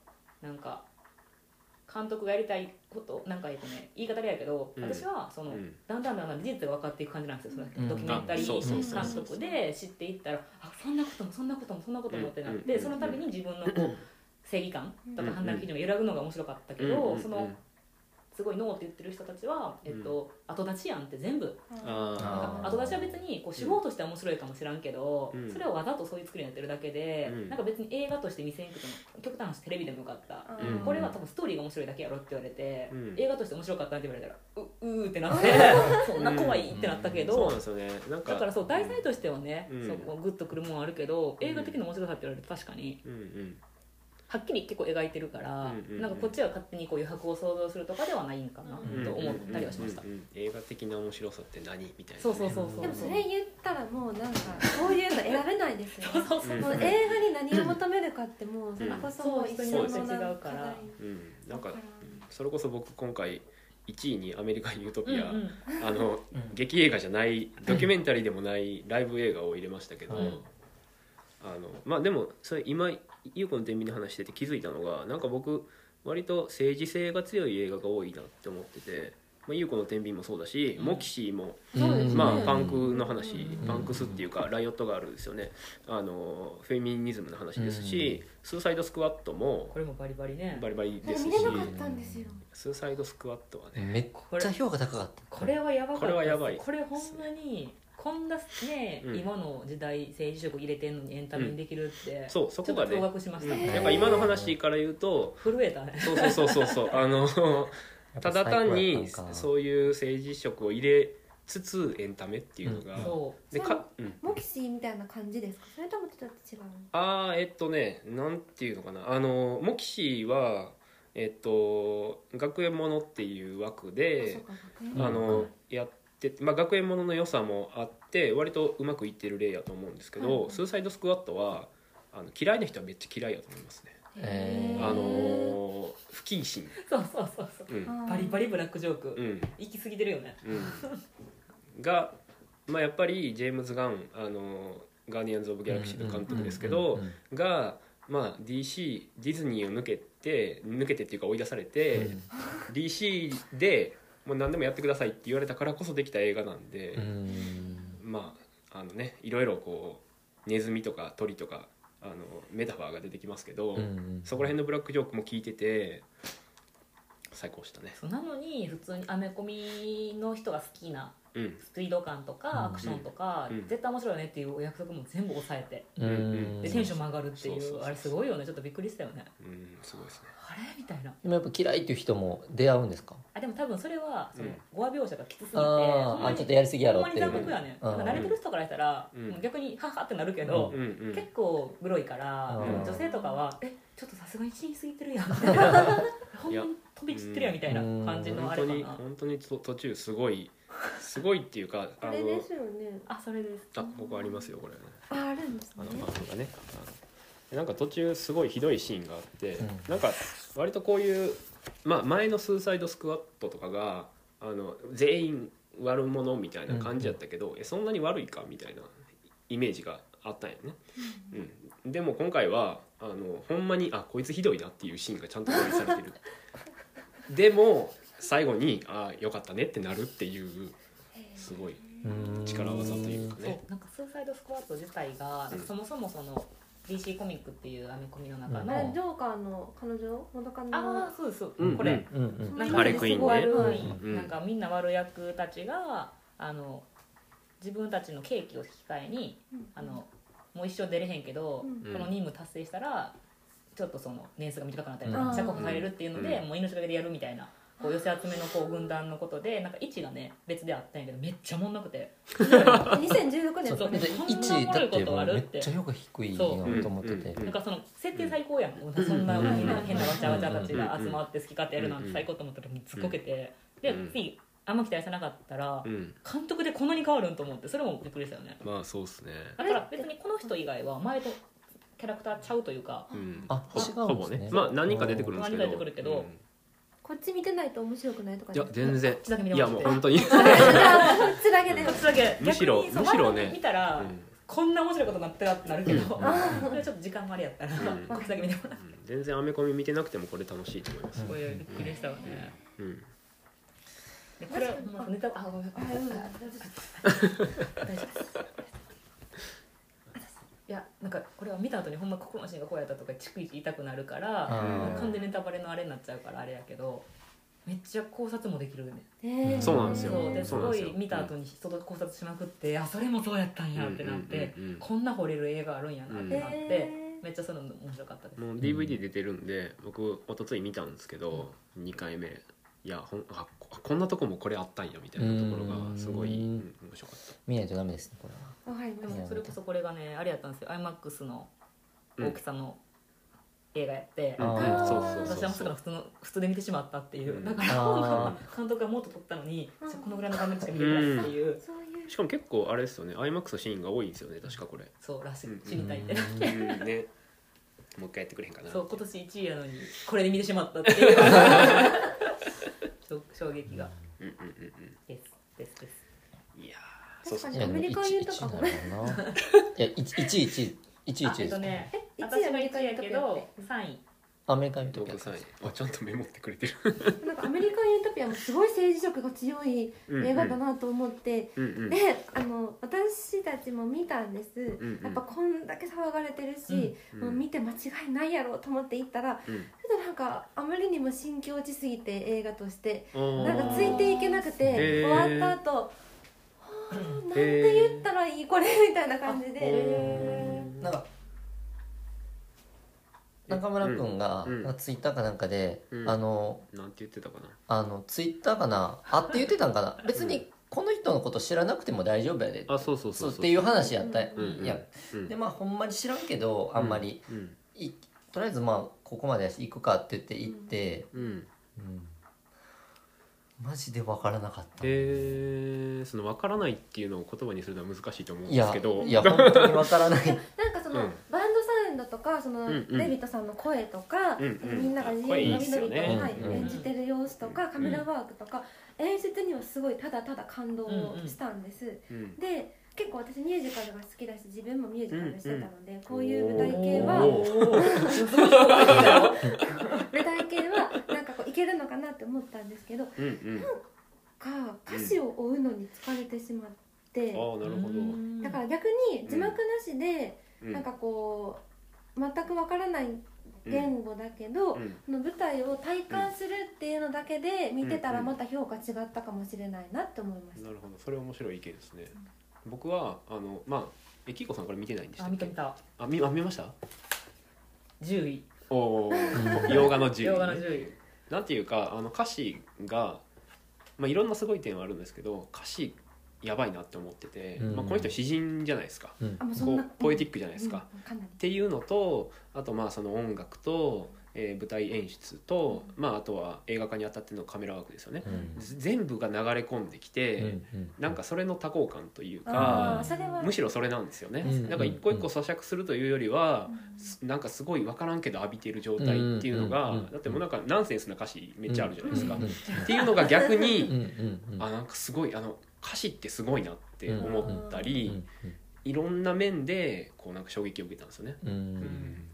なんか監督がやりたいことなんか言ってね言い方でやけど、
うん
私はその、
うん
だんだんだんだん事実が分かっていく感じなんですよ、
うん
ドキュメンタリ
あそうそう
ー
そう
監
そう
督で知っていったらあそんなこともそんなこともそんなこともってなって、
うん
その度に自分のこう正義感とか判断基準が揺らぐのが面白かったけ
う
ど、
んうんうん
そのすごいノーって言ってる人たちは、えっと後立ちやんって全部
あ
あー
後出しは別にこう手法としては面白いかもしらんけど、
うん
それをわざとそういう作りになってるだけで、
うん
なんか別に映画として見せんくても極端な話テレビでもよかった、
うん
これは多分ストーリーが面白いだけやろって言われて、
うん
映画として面白かったって言われたらううーってなって <laughs> そんな怖いってなったけ
そう
ど、
なんですよねなんか
だからそう題材としてはね、
うん
そうこうグッとくるもんはあるけど映画的な面白さって言われると確かに
うんうん
はっきり結構描いてるか
う
ら、
んうんうん
なんかこっちは勝手にこう余白を想像するとかではないんかな
うん
と思ったりはしました。
うんうんうん映画的な面白さって何みたいな
そうそうそうそう
でもそれ言ったらもうなんかそういうの選べないです
<laughs>
よね
そうそうそう
もう映画に何を求めるかってもうそれこそもう一緒の
そう人によって違うか
課
ら
題
うんなんかそれこそ僕今回1位にアメリカン・ユート
うん
ピア、
うん
あの
うん
劇映画じゃないドキュメンタリーでもないライブ映画を入れましたけど、
うん
あのまあでもそれ今優子の天秤の話してて気づいたのがなんか僕割と政治性が強い映画が多いなって思ってて。まあ、優子の天秤もそうだし、
うん
モキシーも、
そうですね
まあ、
うん
パンクの話、
うん
パンクスっていうかライオットガールですよねあのフェミニズムの話ですし、スーサイドスクワットも
これもバリバリね
バリバリで
なんか
すし
見れなかったんですよ
スーサイドスクワットはね
めっちゃ評価高かった
これはやばかった
これ
です
はやばい
これほんまにこんなね、
うん
今の時代政治色入れてんのにエンタメにできるって、ちょ
そう
っ
そ
と
こがね
驚愕しました、
うん、
へー
やっぱ今の話から言うと
震えたね
そうそうそうそうそうあのただ単に
う
そういう政治色を入れつつエンタメっていうのが、
うん
そ
でか、うん、
モキシーみたいな感じですかそれともちょっと違う
あーえっとねなんていうのかなあのモキシーはえっと学園ものっていう枠
あそ
で
うか
うん
あの、やっててまあ、学園ものの良さもあって割とうまくいってる例やと思うんですけど、
うん
スーサイドスクワットはあの嫌いな人はめっちゃ嫌いやと思いますね
学園
えー
あのー不謹慎
そうそうそうそう
うん
バリバ
リ
リブラックジョーク、
うん
行き過ぎてるよね
うん、が、まあ、やっぱりジェームズ・ガンあのガーディアンズ・オブ・ギャラクシーの監督ですけど、
うんうん
が、まあ、DC ディズニーを抜けて抜けてっていうか追い出されて、DC でもう何でもやってくださいって言われたからこそできた映画なんで、
うんうん
まああのねいろいろこうネズミとか鳥とかあのメタファーが出てきますけど、
うんうん
そこら辺のブラックジョークも聞いてて最高でしたね。
そうなのに普通にアメコミの人が好きな
うん
スピード感と
うん
かアクションとか、
うん
絶対面白いよねっていうお約束も全部抑えて、
うん
でテンションも上がるっていう
そうそうそう
あれすごいよねちょっとびっくりしたよね
うん、すごいですね。
あれみたいな
でもやっぱ嫌いっていう人も出会うんですか
あでも多分それはその
うん
語話描写がきつすぎて、
あ
ほん
ー
ま
あ
に
ちょっとやりすぎや
ほん
ろ
ま
っ
に
てい
残酷
う
やね、
うん
なんか慣れてる人からしたら、
うん
もう逆にハハってなるけど、
うんうん、
結構グロいから、
うん
女性とかは「えちょっとさすがに死にすぎ
<laughs>
てるやん」みたいなほんまに飛び散ってるやんみたいな感じのあ
本当
れか
に
な
本当にと途中すごいすごいっていう
<laughs>
かあ
こ
の
れですよね
あそれです
あここありますよこれ
ああるんです
あ
ね
のパンフがねあのなんか途中すごいひどいシーンがあって、
うん
なんか割とこういう、まあ、前のスーサイドスクワットとかがあの全員悪者みたいな感じやったけど、えそんなに悪いかみたいなイメージがあったんやね、うん、でも今回はあのほんまにあこいつひどいなっていうシーンがちゃんと用意されて
<laughs>
るでも最後にあよかったねってなるっていうすごい
うん
力技というかね
そうなんかスーサイドスクワット自体が、
うん
そもそもその DC コミックっていうアメコミの中
うん
あれ
の、
ジョーカーの彼女元カノ
ああそうですそう、
うん
これ、
うん
うんうん
そ
なん
の
か
ハレクイーンね
悪い
悪い
うん
なんかみんな悪役たちがあの自分たちのケーキを引き換えに
うん
あのもう一生出れへんけど、
うん
この任務達成したらちょっとその年数が短くなったりと
う
か
ん
釈放されるっていうので、
うん
もう命がけでやるみたいな。こう寄せ集めのこう軍団のことでなんか位置がね別であったんやけどめっちゃおもんなくて
2016年です
そ
よ
うで
ね
そう
位置だってもうめっちゃ評価低いなと思ってて
そう
なんかその設定最高やん、そんな
うん
みんな変なわちゃわちゃたちが集まって好き勝手やるなんて最高と思ったらもうずっこけて、
うん
で次あんま期待してなかったら
うん、
監督でこんなに変わるんと思ってそれもびっくりしたよね
まあそうですね
だから別にこの人以外は前とキャラクターちゃうというか
うん
あ
ほ
違うんですね
ほぼまあ何人か出てくるんですけど
何人か出てくるけど
こっち見てないと面白くないとか
いや全然
こっちだけ見て
い
もら
や
って
もう本当
<laughs>
に
こっ <laughs> ちだけで
それだけ
むしろ
逆にそう
むしろね
前の見たら、
うん
こんな面白いことになったらってなるけど、
う
<laughs> それはちょっと時間もありやったら、
うん
こっちだけ見てもらっ
うん全然アメコミ見てなくてもこれ楽しいと思います
てこういうびっくりしたわね、
うん
でこれはまあネタあごめん大丈夫ですいやなんかこれは見た後にほんまここのシーンがこうやったとか逐一言いたくなるから
あー
完全ネタバレのあれになっちゃうからあれやけどめっちゃ考察もできるね
え
そうなんですよ
そうです
そうなん
ご
ですよ
い見た後に人と考察しまくって、あそれもそうやったんやってなって、
うんうんうんうん
こんな掘れる映画あるんやなってなって、
えー
めっちゃそれも面白かったです、
もう DVD 出てるんで僕一昨日見たんですけど2回目いやほんあここんなとこもこれあったんやみたいなところがすごい
うん
うん面白かっ
見ないとダメですねこれは
わかり
で
ました
もそれこそこれがねあれやったんですよ IMAX の大きさの映画やって、
た、うんうん
あー
そうそうそう
私はまさかの普通の普通で見てしまったっていう、
うん
だから
あ
監督がもっと撮ったのに
うん
じゃあこのぐらいの画面しか見れないっていう、
そういう
しかも結構あれですよね IMAX のシーンが多いんですよね確かこれ、
そうらし
うん
い知りたいって、
うん、ねもう一回やってくれへんかな
そう今年1位やのにこれで見てしまったっていう <laughs> 衝衝撃が
うんうんうん
ですですです
うんいやーそう
確
そう
かにアメリカ言うとかも
なのかないやいちいちいちいちい
あ
ちで
えっと
す
ね
え
私が
アメ
1
リカ
位や
言うと
け
きやっ
ど
て
3位
アメリカ見とき
僕
ゃ
3位あちゃんとメモってくれてる
なんかアメリカン・ユートピアもすごい政治色が強い映画だなと思って、
うんうん
であの私たちも見たんです、
んうん
やっぱこんだけ騒がれてるし、
うん
もう見て間違いないやろうと思って行ったら
うん
ちょっとなんかあまりにも心境落ちすぎて映画として
うん
なんかついていけなくて
へー
終わった後はあなんて言ったらいいこれみたいな感じで
なんか中村君が、
うん
なんかツイッターかなんかで、
うん
あの
なんて言ってたかな
あのツイッターかなあって言ってたんかな別にこの人のこと知らなくても大丈夫やで
あそうそう
そ
そうう
っ
そう
ていう話やった、
うん
いや
うん
でまあほんまに知らんけどあんまり、
うん
いとりあえずまあここまでやし行くかって言って行って、
うん
うんマジで分からなかった、
えー、その分からないっていうのを言葉にするのは難しいと思うん
い
です
や
けど <laughs>
いや本当に分からない
なんかその、
うん
バンドサウンドととかその
うんうん
デビッドさんの声とか、
うんうん
みんなが自由
声い
に
い
の
っ
び
す
の
よ
びと、
ね
はい
うんうん
演じてる様子とかカメラワークとか、演出にはすごいただただ感動をしたんです。
うん
で結構私ミュージカルが好きだし自分もミュージカルしてたので、こういう
おー
舞台系
お
は
ー <laughs>
<laughs>
舞台系はなんかこういけるのかなって思ったんですけど
うんうん
か歌詞を追うのに疲れてしまって、
ああなるほど
だから逆に字幕なしで、なんかこう全くわからない言語だけど、
うん
その舞台を体感するっていうのだけで見てた
う
ら
ん
また評価違ったかもしれないなって思いました
な。るほどそれ面白い意見ですね僕はあのまあえキーコさんこれ見てないんでした
あ
っ
見
け
た見た
あ見あ見ました
10位
おお <laughs> 洋画の10位
洋画の10
なんていうかあの歌詞が、まあ、いろんなすごい点はあるんですけど歌詞やばいなって思ってて、
うん
まあ、この人詩人じゃないですか
うん
あもうそん
こ
な
うポエティックじゃないですか、っ
うんかなり。
ていうのとあとまあその音楽と、えー舞台演出と、まあ、あとは映画化にあたってのカメラワークですよね、
うん
全部が流れ込んできて、
うん
なんかそれの多幸感という
あ
か
あ、それは
むしろそれなんですよね、
うん
なんか一個一個咀嚼するというよりは
う、
すなんかすごい分からんけど浴びてる状態っていうのが、
うんうんうん
だってもうなんかナンセンスな歌詞めっちゃあるじゃないですか、
うんうん
っていうのが逆
うん
に、
うんうん
あなんかすごいあの歌詞ってすごいなって思った
う
り、
ん
いろんな面でこうなんか衝撃を受けたんですよね。
うんうん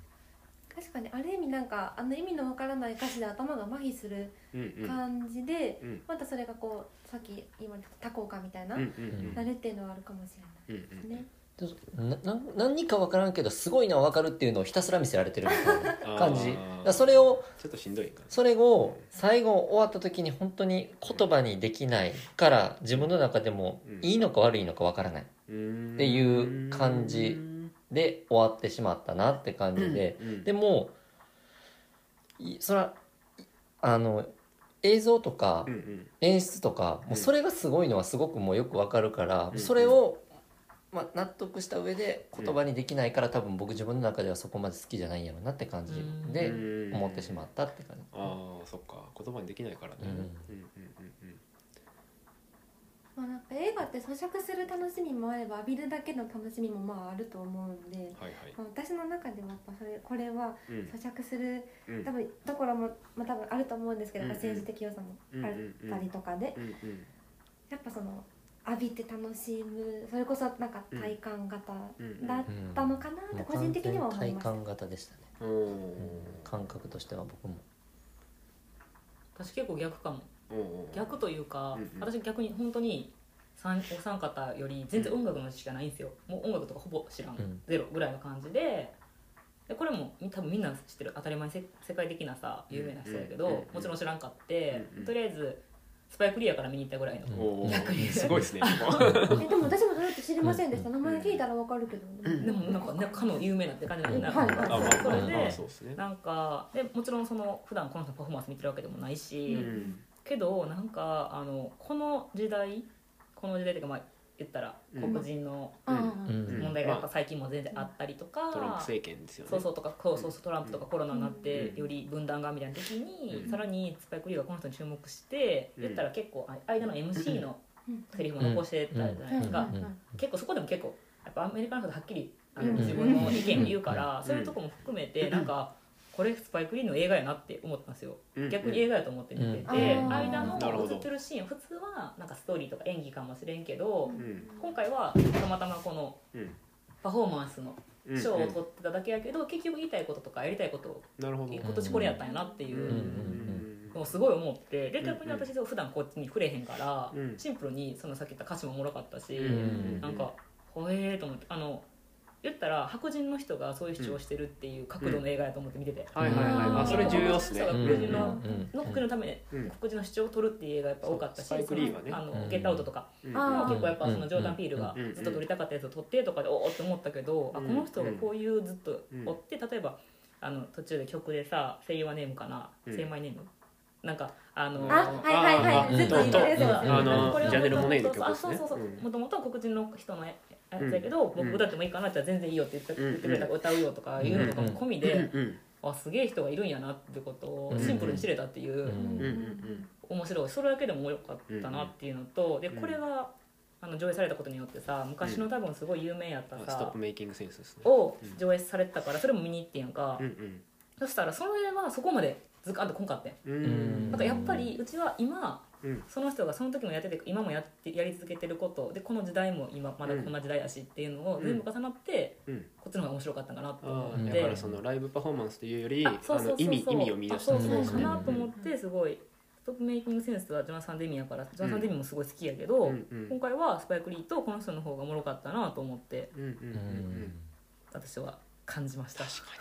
確かにある意味なんかあの意味のわからない歌詞で頭が麻痺する
うんうん
感じで、
うん
またそれがこうさっき言われた多幸感みたいな、
うんうん
なるっていうのはあるかもしれな
うん
いです
うん
ね。
ちょっとなな何か分からんけどすごいのは分かるっていうのをひたすら見せられてるみたいな
あー
感じだからそれを
ちょっとしんどいかな
それを最後終わった時に本当に言葉にできないから自分の中でもいいのか悪いのか分からないっていう感じで終わってしまったなって感じで、で
も、
もいそれはいあの映像とか
うんうん
演出とか
うん
もうそれがすごいのはすごくもうよく分かるから
うん
それを、まあ、納得した上で言葉にできないから多分僕自分の中ではそこまで好きじゃないんやろうなって感じで
うん
思ってしまったって感じ。
ああそっか言葉にできないからね、
うん
うんうんうん
まあ、なんか映画って咀嚼する楽しみもあれば浴びるだけの楽しみもまああると思うんで
うん、はいはい、
まあ、私の中ではやっぱそれこれは
うん
咀嚼する
うん
多分ところも、まあ、多分あると思うんですけど、
うんうん
政治的要素もあったりとかで、
うんうん
やっぱその浴びて楽しむそれこそなんか体感型
うん
だったのかなって個人的には思いました。
もう完全に体感型でしたね、
おー
感覚としては僕も
私結構逆かも
おーおー
逆というか、
うんうん
私逆に本当に三お三方より全然音楽の知識がないんですよ、もう音楽とかほぼ知らん、
うん
ゼロぐらいの感じででこれもみ多分みんな知ってる当たり前せ世界的なさ有名な人やけど、
うんうんうん
もちろん知らんかって、
うんうん
とりあえずスパイクリアから見に行ったぐらいの、
うん
お
う
ー
ん
すごいですね。ここ
えでも私もだって知りませんでした、名前聞いたらわかるけど、
ん
でもなんかねかの有名なって感じなんだ
はい
あ、まあ、まあ
それ
まあ、
で
そうですね。
なんかでもちろんその普段この人のパフォーマンス見てるわけでもないし、
うん、
けどなんかあのこの時代この時代っていうかまあ言ったら
うん
黒人の
ああ
うん
問題がやっぱ最近も全然あったりとか、
トランプ政権ですよね。
そうそうとかそうそうそうトランプとかコロナになって
うん
より分断がみたいな時に、
うん
さらにスパイク・リーがこの人に注目して、
うん
言ったら結構あ間の MC の
うん
セリフも残してたじゃないですか、
うんうん
結構そこでも結構やっぱアメリカの人はっきりあの
うん
自分の意見言うから、
ん
そういうとこも含めてなんかこれスパイク・リーの映画やなって思ったんですよ。
うん
逆に映画やと思って見てて、
うん
間
あ
の
ーなるほど
映ってるシーン普通はなんかストーリーとか演技かもしれんけど、
うん
今回はたまたまこの
うん
パフォーマンスの
うん
賞を取ってただけやけど、結局言いたいこととかやりたいことを
なるほど。
今年これやったんやなって
う
い
ん
うのをすごい思ってで逆に私普段こっちに触れへんから、
うん
シンプルにそのさっき言った歌詞もおもろかったし、
うんうん
なんかほえーと思ってあの言ったら白人の人がそういう主張してるっていう角度の映画やと思って見てて。
はいはいはい。あ、それ重要ですね。
う
うんん
うん
うん
の国のために
うん
黒人の主張を取るっていう映画やっぱ多かったし、
そうスパイクリーはね
あ
う
の
ん
ゲットアウトとか、
うん
あー
結構やっぱそのジョーダン・ピールが
うん
ずっと撮りたかったやつを撮ってとかでおおって思ったけど、
うん
あこの人がこういうずっと追って例えばあの途中で曲でさ「セイユアネームかな「
うん
セイマイネーム」なんかあの
あはいはいはい
ずっと言ってるやつ
あ
です
と
よね
あ
これ
の
は
ジャネルモネーの曲
あ
です
そう
ね
そうそう
うん
もともと黒人の人のやつやけど、
うん
僕歌ってもいいかなって言ったら全然いいよって言って言ってくれたから歌うよとかいうのとかも込みで、
うん
あすげえ人がいるんやなってことをシンプルに知れたっていう、
うん
うんうん
うん
うん
面白いそれだけでも良かったなっていうのと、で
うん
これが、あの上映されたことによってさ昔の多分すごい有名やった
あストッ
さ
プ、メイキングセンスですね
を
うん
上映されてたからそれも見に行ってんやんか、
うん
そしたらそれはそこまでずかんとこんかってん
うん
うん
なんかやっぱりうちは
う
今、
ん
その人がその時もやってて今もやってやり続けてることでこの時代も今まだこんな時代やしっていうのを
うん
全部重なって、
うん
こっちの方が面白かったんかなと
あ
思
あ
っ
だ
て、
からそのライブパフォーマンスというより
あそう
あ
そうそうそ
の
う
意味意味を見出した
あ
ん
そう
で
そ
す
うか
ね
なと思ってすごいストップメイキングセンスはジョナサン・デミやからジョナサン・デミもすごい好きやけど、
うんうん
今回はスパイク・リーとこの人の方がおもろかったなと思って
うんうんうん
う
うん
ん
私は感じました
確かに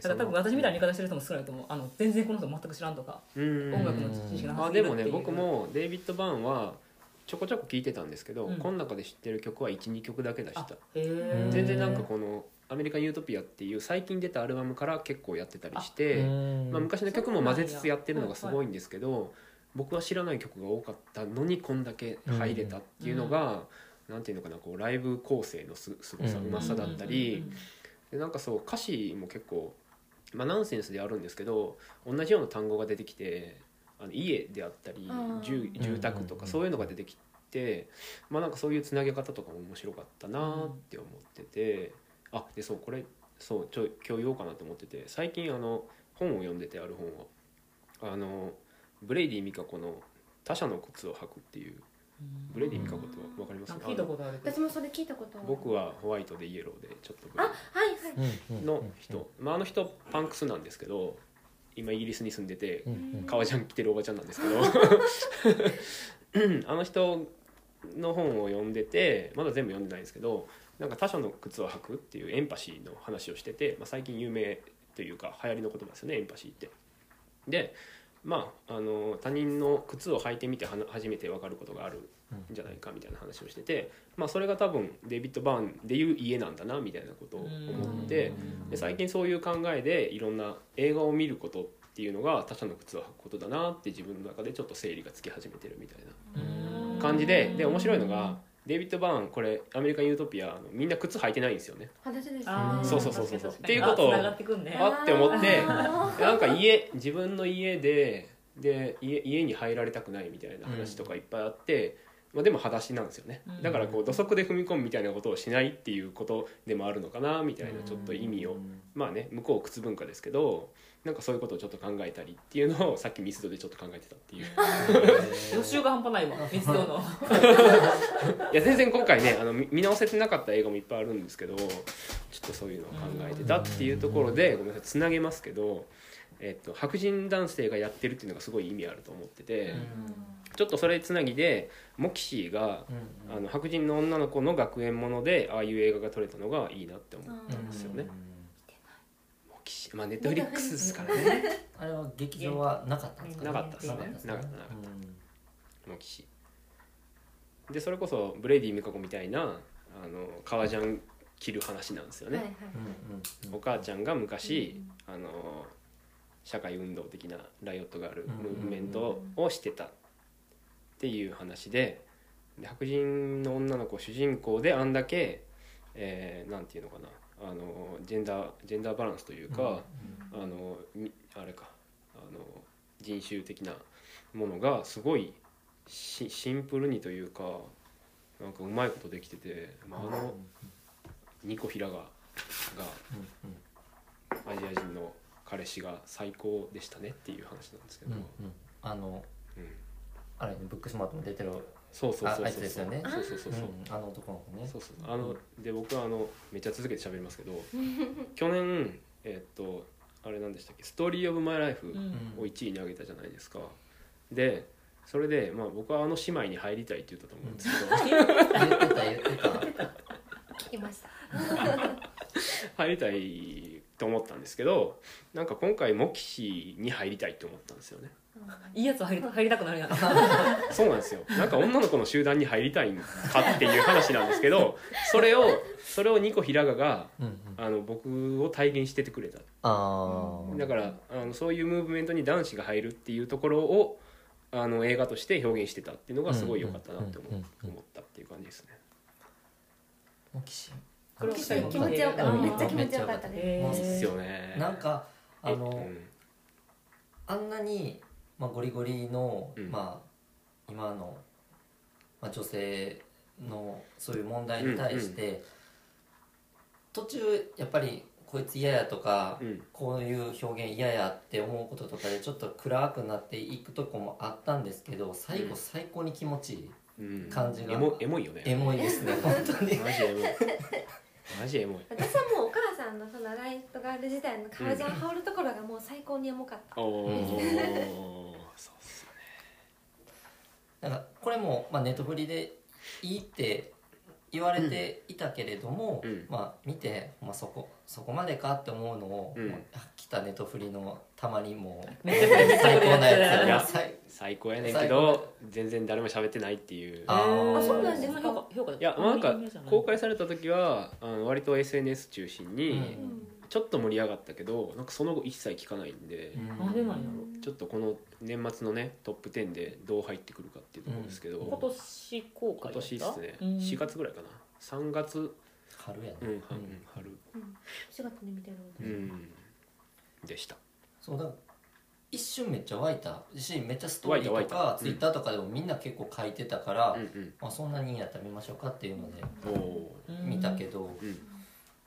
ただ多分
その
私みたいな言い方してる人も少ないと思うあの全然この人全く知らんとか、
うん
音楽の知識がな
あ
さすぎ
で
るってい
も
う
ね僕もデイビッド・バーンはちょこちょこ聞いてたんですけど、
うん
この中で知ってる曲は12曲だけだし
あ
た
へー
全然なんかこの「アメリカン・ユートピア」っていう最近出たアルバムから結構やってたりして、まあ、昔の曲も混ぜつつやってるのがすごいんですけど、僕は知らない曲が多かったのにこんだけ入れたっていうのが、なんていうのかなこうライブ構成のすすごさう
うん
まさだったり、でなんかそう歌詞も結構、まあ、ナンセンスであるんですけど同じような単語が出てきてあの家であったり
あー
住住宅
う
と
んうんう
か
ん
そういうのが出てきて、まあ、なんかそういうつなげ方とかも面白かったなーって思っててあでそうこれそうちょ今日言おうかなと思ってて最近あの本を読んでてある本をあのブレイディ・ミカコの「他者の靴を履く」っていう
うん
ブレイディ・ミカコって分かります
なんか聞いたことあるけど
私もそれ聞いたことある
僕はホワイトでイエローでちょっとブ
あ
レ
は
イ
いはい
の人、まあ、あの人パンクスなんですけど今イギリスに住んでて革ジャン着てるおばちゃんなんですけどうん <laughs> あの人の本を読んでてまだ全部読んでないんですけどなんか他者の靴を履くっていうエンパシーの話をしてて、まあ、最近有名というか流行りの言葉ですよねエンパシーって。でまあ、あの他人の靴を履いてみてはな初めて分かることがあるんじゃないかみたいな話をしてて、まあ、それが多分デイビッド・バーンでいう家なんだなみたいなことを思ってで最近そういう考えでいろんな映画を見ることっていうのが他者の靴を履くことだなって自分の中でちょっと整理がつき始めてるみたいな感じでで面白いのがデイビッド・バーンこれアメリカン・ユートピアのみんな靴履いてないんですよね。
話ですね
あー
そうそうそうそうそう
確
っ
か
てい
に
うことを
あ繋がってくんね
あって思って
あ
でなんか家自分の家でで家家に入られたくないみたいな話とかいっぱいあって、まあ、でも裸足なんですよね、
うん
だからこう土足で踏み込むみたいなことをしないっていうことでもあるのかなみたいなちょっと意味を、まあね向こう靴文化ですけどなんかそういうことをちょっと考えたりっていうのをさっきミスドでちょっと考えてた <laughs> っていう
予習が半端ないわ密度の
いや全然今回ねあの見見直せてなかった映画もいっぱいあるんですけどちょっとそういうのを考えてたっていうところでごめんなさいつなげますけど、えっと、白人男性がやってるっていうのがすごい意味あると思ってて。ちょっとそれつなぎでモキシーが、あの白人の女の子の学園ものでああいう映画が撮れたのがいいなって思う、ですよねモキシーまあネットフリックスですからね
あれは劇場はなかったんですか
なかったですね
なかったです
な
ね
かったなかったモキシーでそれこそブレイディ・ミカコみたいなあの革ジャン着る話なんですよね、
はいはい
うんうんうん
お母ちゃんが昔、あの社会運動的なライオットがあるムーブメントをしてたっていう話でで白人の女の子主人公であんだけ、えーなんていうのかなあのジェンダージェンダーバランスというか、あのみあれかあの人種的なものがすごいしシンプルにというかなんかうまいことできてて、まあ、あのニコ・ヒラガが
うんうん
アジア人の彼氏が最高でしたねっていう話なんですけど、うん
うんうんあのあれブックスマートも出てる
そうそうそう
ああ
そう
いつですよね
そうそうそうそう、
うんあの男の子ね
そうそうあので僕はあのめっちゃ続けて喋りますけ
<laughs>
ど去年えっとあれ何でしたっけ「ストーリー・オブ・マイ・ライフ」を1位に上げたじゃないですか、でそれで、まあ、僕はあの姉妹に入りたいって言ったと思うんですけど
言ってた言ってた
聞きました
<laughs> 入りたいと思ったんですけどなんか今回モキシーに入りたいと思ったんですよね
いいやつは入り入りたくなるやん
そうなんですよなんか女の子の集団に入りたいんかっていう話なんですけどそれをそれをニコ・ヒラガが
うんうん
あの僕を体現しててくれた
あー
だからあのそういうムーブメントに男子が入るっていうところをあの映画として表現してたっていうのがすごい良かったなって思,、
うんうんうんうん
思ったっていう感じですね
モキシ
これ
気持
結構
ちよかった
うん
めっちゃ気持ちよかったです
へー
そう
ですよね
なんかあの、
うん
あんなに、まあ、ゴリゴリの、
うん
まあ今のまあ、女性のそういう問題に対して、途中やっぱりこいつ嫌やとか、
うん
こういう表現嫌やって思うこととかでちょっと暗くなっていくとこもあったんですけど最
う
後
ん
最高に気持ちいい、
うん
感じが
エモエモいよね
エモいですね本当に
マジエモいマジエモい
私はもうお母さんのそのライトガール時代の革ジャン羽織るところがもう最高にエモかった
おおそうっす
なんかこれも、まあ、ネットフリでいいって言われていたけれども、
うん
まあ、見て、まあ、そこそこまでかって思うのを、
うん
もうあ来たネットフリのたまに
<laughs>
もう
めっちゃめっちゃ
最高な
めっちゃ
やつ最
最高やねんけど全然誰も喋ってないっていう
あー
あそうなんですか
評価評価
いやなんか公開された時はあの割と SNS 中心に、
うん
うん
ちょっと盛り上がったけどなんかその後一切聞かないんで、
うん
なんでなんやろ
ちょっとこの年末のねトップ10でどう入ってくるかっていうところですけど、
今年公
今
開だった
年ですね、
うん
4月ぐらいかな3月、
春やね、
うんはうん
う
ん、春、
うん4月に見てるの
う
で
ん、でした
そうだから一瞬めっちゃ湧いたしめっちゃストーリ
湧
ー
い
と
た湧い
か
た
ツイッターとかでもみんな結構書いてたから、
うん
まあ、そんなにいいんやったら見ましょうかっていうので
うんおー
うん
見たけど、
うん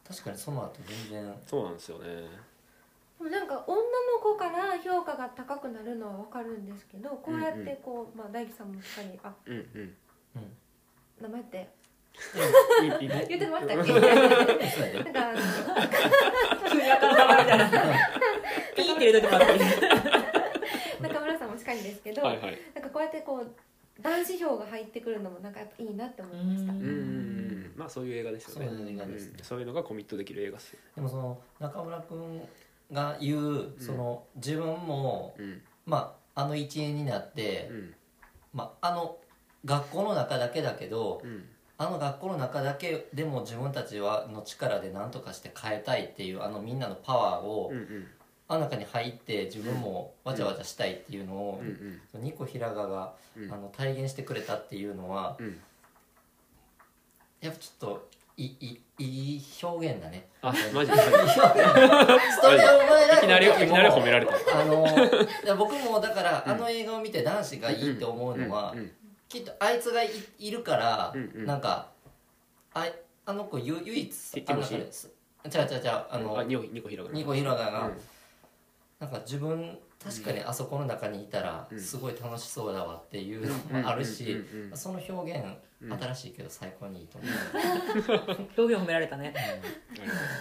確かにその後全然
そうなんですよね
もなんか女の子から評価が高くなるのはわかるんですけどこうやってこう、まあ、大樹さんもしっかりあ
うんうん
名前って
ピーピーピ
言
ー
ってましたっけ <laughs> な
そうやで
んかあの
ピーって入れといてもらっていい
中村さんもしっかりですけど、
はいはい
なんかこうやってこう男子票が入ってくるのもなんかやっぱいいなって思いました
う
うんんうんうんまあそういう映画ですよね
そういう映画ですね
うんそういうのがコミットできる映画っすよね
でもその中村君が言うその自分も、
うん
まああの一員になって、
うん
まあ、あの学校の中だけだけど
うん
あの学校の中だけでも自分たちはの力で何とかして変えたいっていうあのみんなのパワーを、
うんうん
あの中に入って自分もわちゃわちゃしたいっていうのを、
うんうん
ニコ・ヒラガが、
うん
あの体現してくれたっていうのは
うん
やっぱちょっといいいい表現だね。
あマジで
ストレート前だ
いきなりいきなり褒められた
あの
<laughs>
いや僕もだから、あの映画を見て男子がいいって思うのは、
んん
きっとあいつがいいるから、
うんうん
なんかあいあの子ゆ唯一
ティ
あ
ティ
の
モ
中
シー
です違う違う違うあの、
あニコニコヒラが
ニコ・ヒラガが、
うん
なんか自分確かにあそこの中にいたら
うん
すごい楽しそうだわっていうのもあるし、
うんうんうんうん
その表現、
うん
新しいけど最高にいいと思う、
表現褒められたね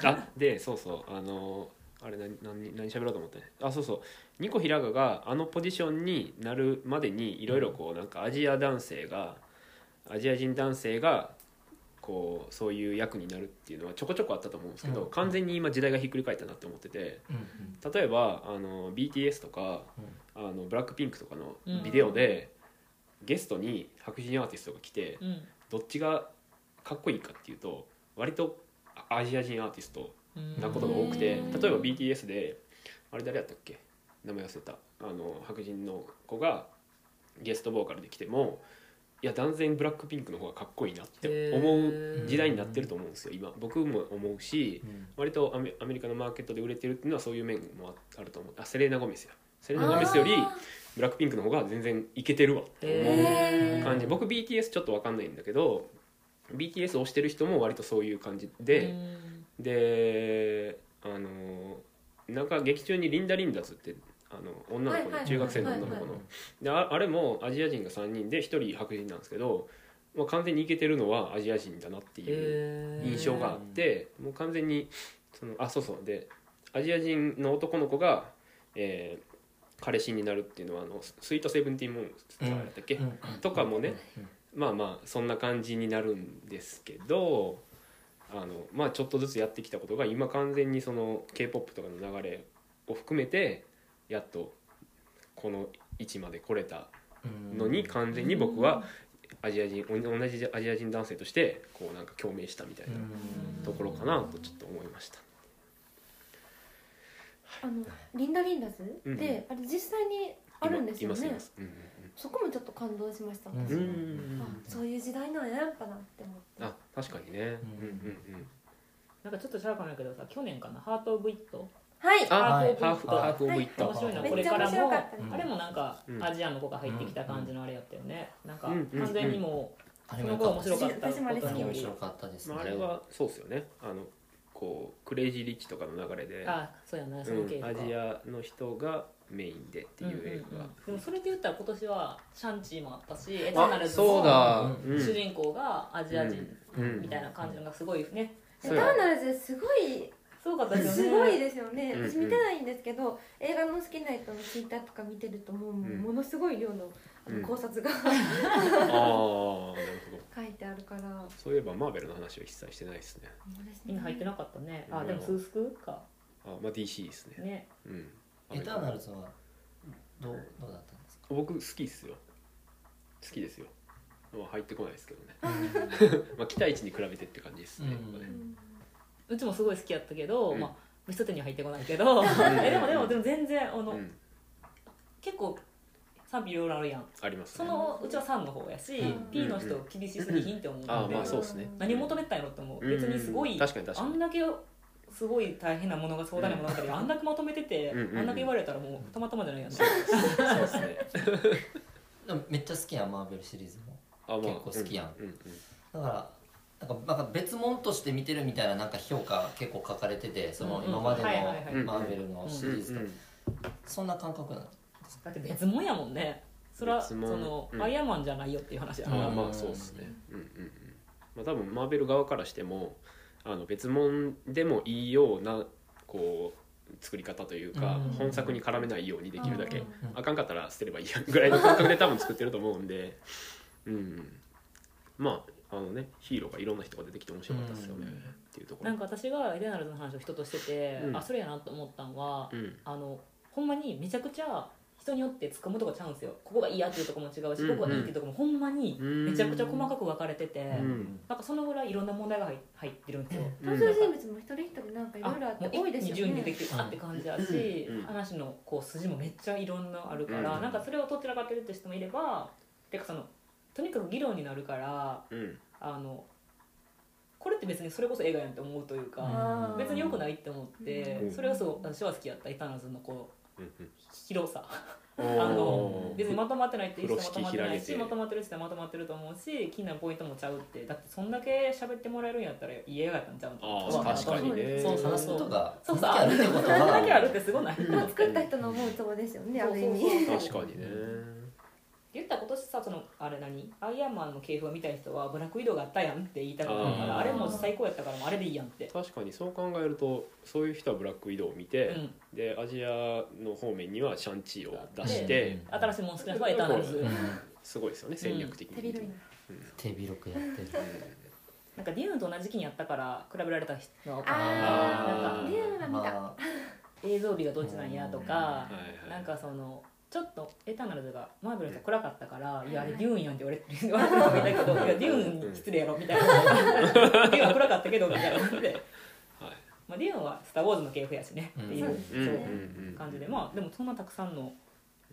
あでそうそうあのあれ何何何喋ろうと思ってあそうそうニコ・ヒラガがあのポジションになるまでにいろいろこうなんかアジア男性がアジア人男性がこうそういう役になるっていうのはちょこちょこあったと思うんですけど、
うん
完全に今時代がひっくり返ったなって思ってて
うん
例えばあの BTS とか、あのブラックピンクとかの
うん
ビデオで、ゲストに白人アーティストが来て、
うん
どっちがかっこいいかっていうと割とアジア人アーティストなことが多くて
うん
例えば BTS であれ誰やったっけ名前忘れたあの白人の子がゲストボーカルで来てもいや断然ブラックピンクの方がかっこいいなって思う
う
時代になってると思うんですよ今僕も思うし
うん
割とアメアメリカのマーケットで売れてるっていうのはそういう面もああると思うあセレーナ・ゴメスやセレーナ・ゴメスより
あ
ブラックピンクの方が全然いけてるわって思う
へ
感じ僕 BTS ちょっと分かんないんだけど BTS を推してる人も割とそういう感じで、であのなんか劇中にリンダ・リンダズってあの女の子
はいは
の
い
中学生の女の子
はいは
の
い
でああれもアジア人が3人で1人白人なんですけど、まあ、完全にイケてるのはアジア人だなっていう印象があってもう完全にそのあそうそうでアジア人の男の子が、えー彼氏になるっていうのはあのススイートセブンティーンモーンさんやったっけ、
うんうん
とかもね、
うん
まあまあそんな感じになるんですけどあのまあちょっとずつやってきたことが今完全にその k p o p とかの流れを含めてやっとこの位置まで来れた
うん
のに完全に僕はアジア人お同じアジア人男性としてこうなんか共鳴したみたいうなんところかなとちょっと思いました。
あのリンダリンダズって、
うん
あれ実際にあるんですよ
いますい
ね
ますうんうん
そこもちょっと感動しました、
うん
私
うんう
も
ん
あそういう時代なんややっぱなって思って
あ確かにね。
うん
うんうんうん
なんかちょっとしゃあかないけどさ去年かな「ハート・オブ・イット
はい」
あ
ハーフ・オ
ハー
ブ・
フ
イッ
ハ
ト
ーフオブイット
面白いな
め
こ
っ
れ
ちゃ
から
面白
も
かったです
うん
あれもなんか
うん
アジアの子が入ってきた感じのあれやったよねなんか
うん
完全にも
あ
う
れ
そ
も
の
良
頃
かっ
面
た
白かったことに
私もあれ好き
面
より
白かったですね
まあ、あれはそうですよねあのこうクレイジー・リッチとかの流れで、
あそうやなその
う
系
ん、
か
アジアの人がメインでっていう映画が、
でもそれで言ったら今年はシャンチーもあったしエターナ
あ
ルズ
そう
も
だ、
うん
主人公がアジア人
うんうん
みたいな感じのがすごいね
エ
そ
タ
うや
ーナルズすごい
すごかったです
す
よ
ごい
ね
ですよね
うんうん
私見てないんですけど映画の好きな人のツイッターとか見てるともうもうものすごい量のあ
うん
の考察が <laughs>
ああなるほど
書いてあるからも
そういえばマーベルの話は一切してないですね
うですね
みんな入ってなかったねあでもスースクか
あまあ DC ですね
ね
うん
エターナルズはどうどうだったんですか
僕好きっすよ好きですよまあ入ってこないですけどね
<laughs>
まあ期待値に比べてって感じですね、
うん
やっぱ
う
ね
ん
うちもすごい好きやったけど、
うん
まあ一手には入ってこないけど <laughs> えでもでもでも全然あの、
うん
結構賛否いろいろあるやん
あります
そのうちは3の方やし、
うん
P の人厳しすぎひんって思うんで、
ああまあそうですね
何求めてたんやろって思う、
うん
別にすごい、
うん確かに確
あ
かに
んだけすごい大変なものが壮大なものだったり、あんだけまとめてて、
うんうん
あんだけ言われたらもうたまたまじゃないやん、
そうですね
でもめっちゃ好きやんマーベルシリーズも
あ、まあ、
結構好きやん
うんうん
だからなんかなんか別物として見てるみたいななんか評価結構書かれててその今までの
うんうんはいはいはい
マーベルのシ
うん
リ
う
ーズと
ん
そんな感覚なの
だって別もんやもんねそれは
別
そ
もん
の、
うん
アイアンマンじゃないよっていう話や
ま
な、
あまあそうですねうんうんうんまあ多分マーベル側からしてもあの別物でもいいようなこう作り方というか、
うん
本作に絡めないようにできるだけ、
うん
あかんかったら捨てればいいやぐら
<laughs>
いの感覚で多分作ってると思うんでうんまああのねヒーローがいろんな人が出てきて面白かったですよね、
うん
っていうところ
なんか私がエデナルズの話を人としてて、
うん
あそれやなと思ったんは、
うん
あのほんまにめちゃくちゃ人によって掴むとこちゃうんですよここがいいやっていうとこも違うし、
うんうん
ここがいいっていうとこもほんまにめちゃくちゃ細かく分かれてて、
うん
なんかそのぐらいいろんな問題が入入ってるんですよ。
うん
登場人物も一人一人なんかいろいろあって
も
多
う
い
一気
です
に
よ
順に
ね
できてあって感じやし、
うんうん
話のこう筋もめっちゃいろんなあるから、
うん
なんかそれをどちらかってるって人もいればてかそのとにかく議論になるから
うん
あのこれって別にそれこそ映画やんって思うというか、
あー
別に良くないって思って、
うん
それこそ私は好きやったエターナルズのこう
うんうん
広さ
おー
あの別にまとまってないっていう人はま
風呂敷
とまってな
開
い
け
してまとまってる人はまとまってると思うし気になるポイントもちゃうってだってそんだけ喋ってもらえるんやったら家がやったんちゃう
あ
と
あ確かにね
そうそう
話すことが
そうそう
あるってこと
それだけあるっ
は
てすごない
まあ作った人の思うツボですよねある意味
確かにね
言ったら今年さそのあれ何アイアンマンの系譜を見たい人はブラック移動があったやんって言いたかったか
あ
ら
ー
あれも最高やったからもうあれでいいやんって
確かにそう考えるとそういう人はブラック移動を見
う
て、
ん
でアジアの方面にはシャンチーを出して、
うん
新しいもの好きな人はエターナル
う
ズ
うん
すごいですよね戦略的
足
に
り
見て、
ないな
手広くやってる
なんかデューンと同じ期にやったから比べられた人は分かんない
あ
ー
あリアルな見た
まあ
映像美がどっちなんやとか
うんはいはい
なんかそのちょっとエターナルズがマーベルの人暗かったから「いやあれ
は
デ
い
ューンやん」って言われてる言われてる人もいたけど「いやデューンに失礼やろ」みたいな「デューンは暗かったけど」みたいな感じで、
はい
まあ、デューンは「スター・ウォーズ」の系譜やしねっていう
うん
うん
そう
うんうん
感じでまあでもそんなたくさんの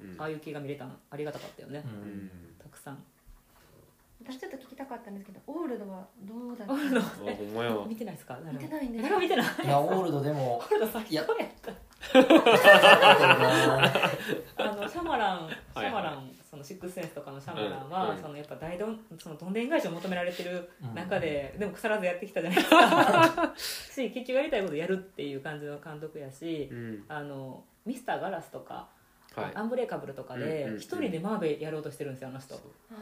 うん
ああいう系が見れたのありがたかったよね
う、
うんん
たくさん
私ちょっと聞きたかったんですけどオールドはど
<laughs>
うだった
あほんまや
見てないですか誰も
見てないんです
誰も見てない
いやオールドで
<laughs>
も
これだ最高やったあのシャマラン、シ
はい
ャマラン、そのシックスセンスとかのシャマラン
う
は
ん、
そのやっぱ大どん、そのどんでん返しを求められてる中で、でも腐らずやってきたじゃないで
<laughs>
すか。し、結局やりたいことやるっていう感じの監督やし
う、ん
あのミスターガラスとか、
はい
アンブレーカブルとか
うんうん
で
うん
一人でマーベやろうとしてるんですよあの人。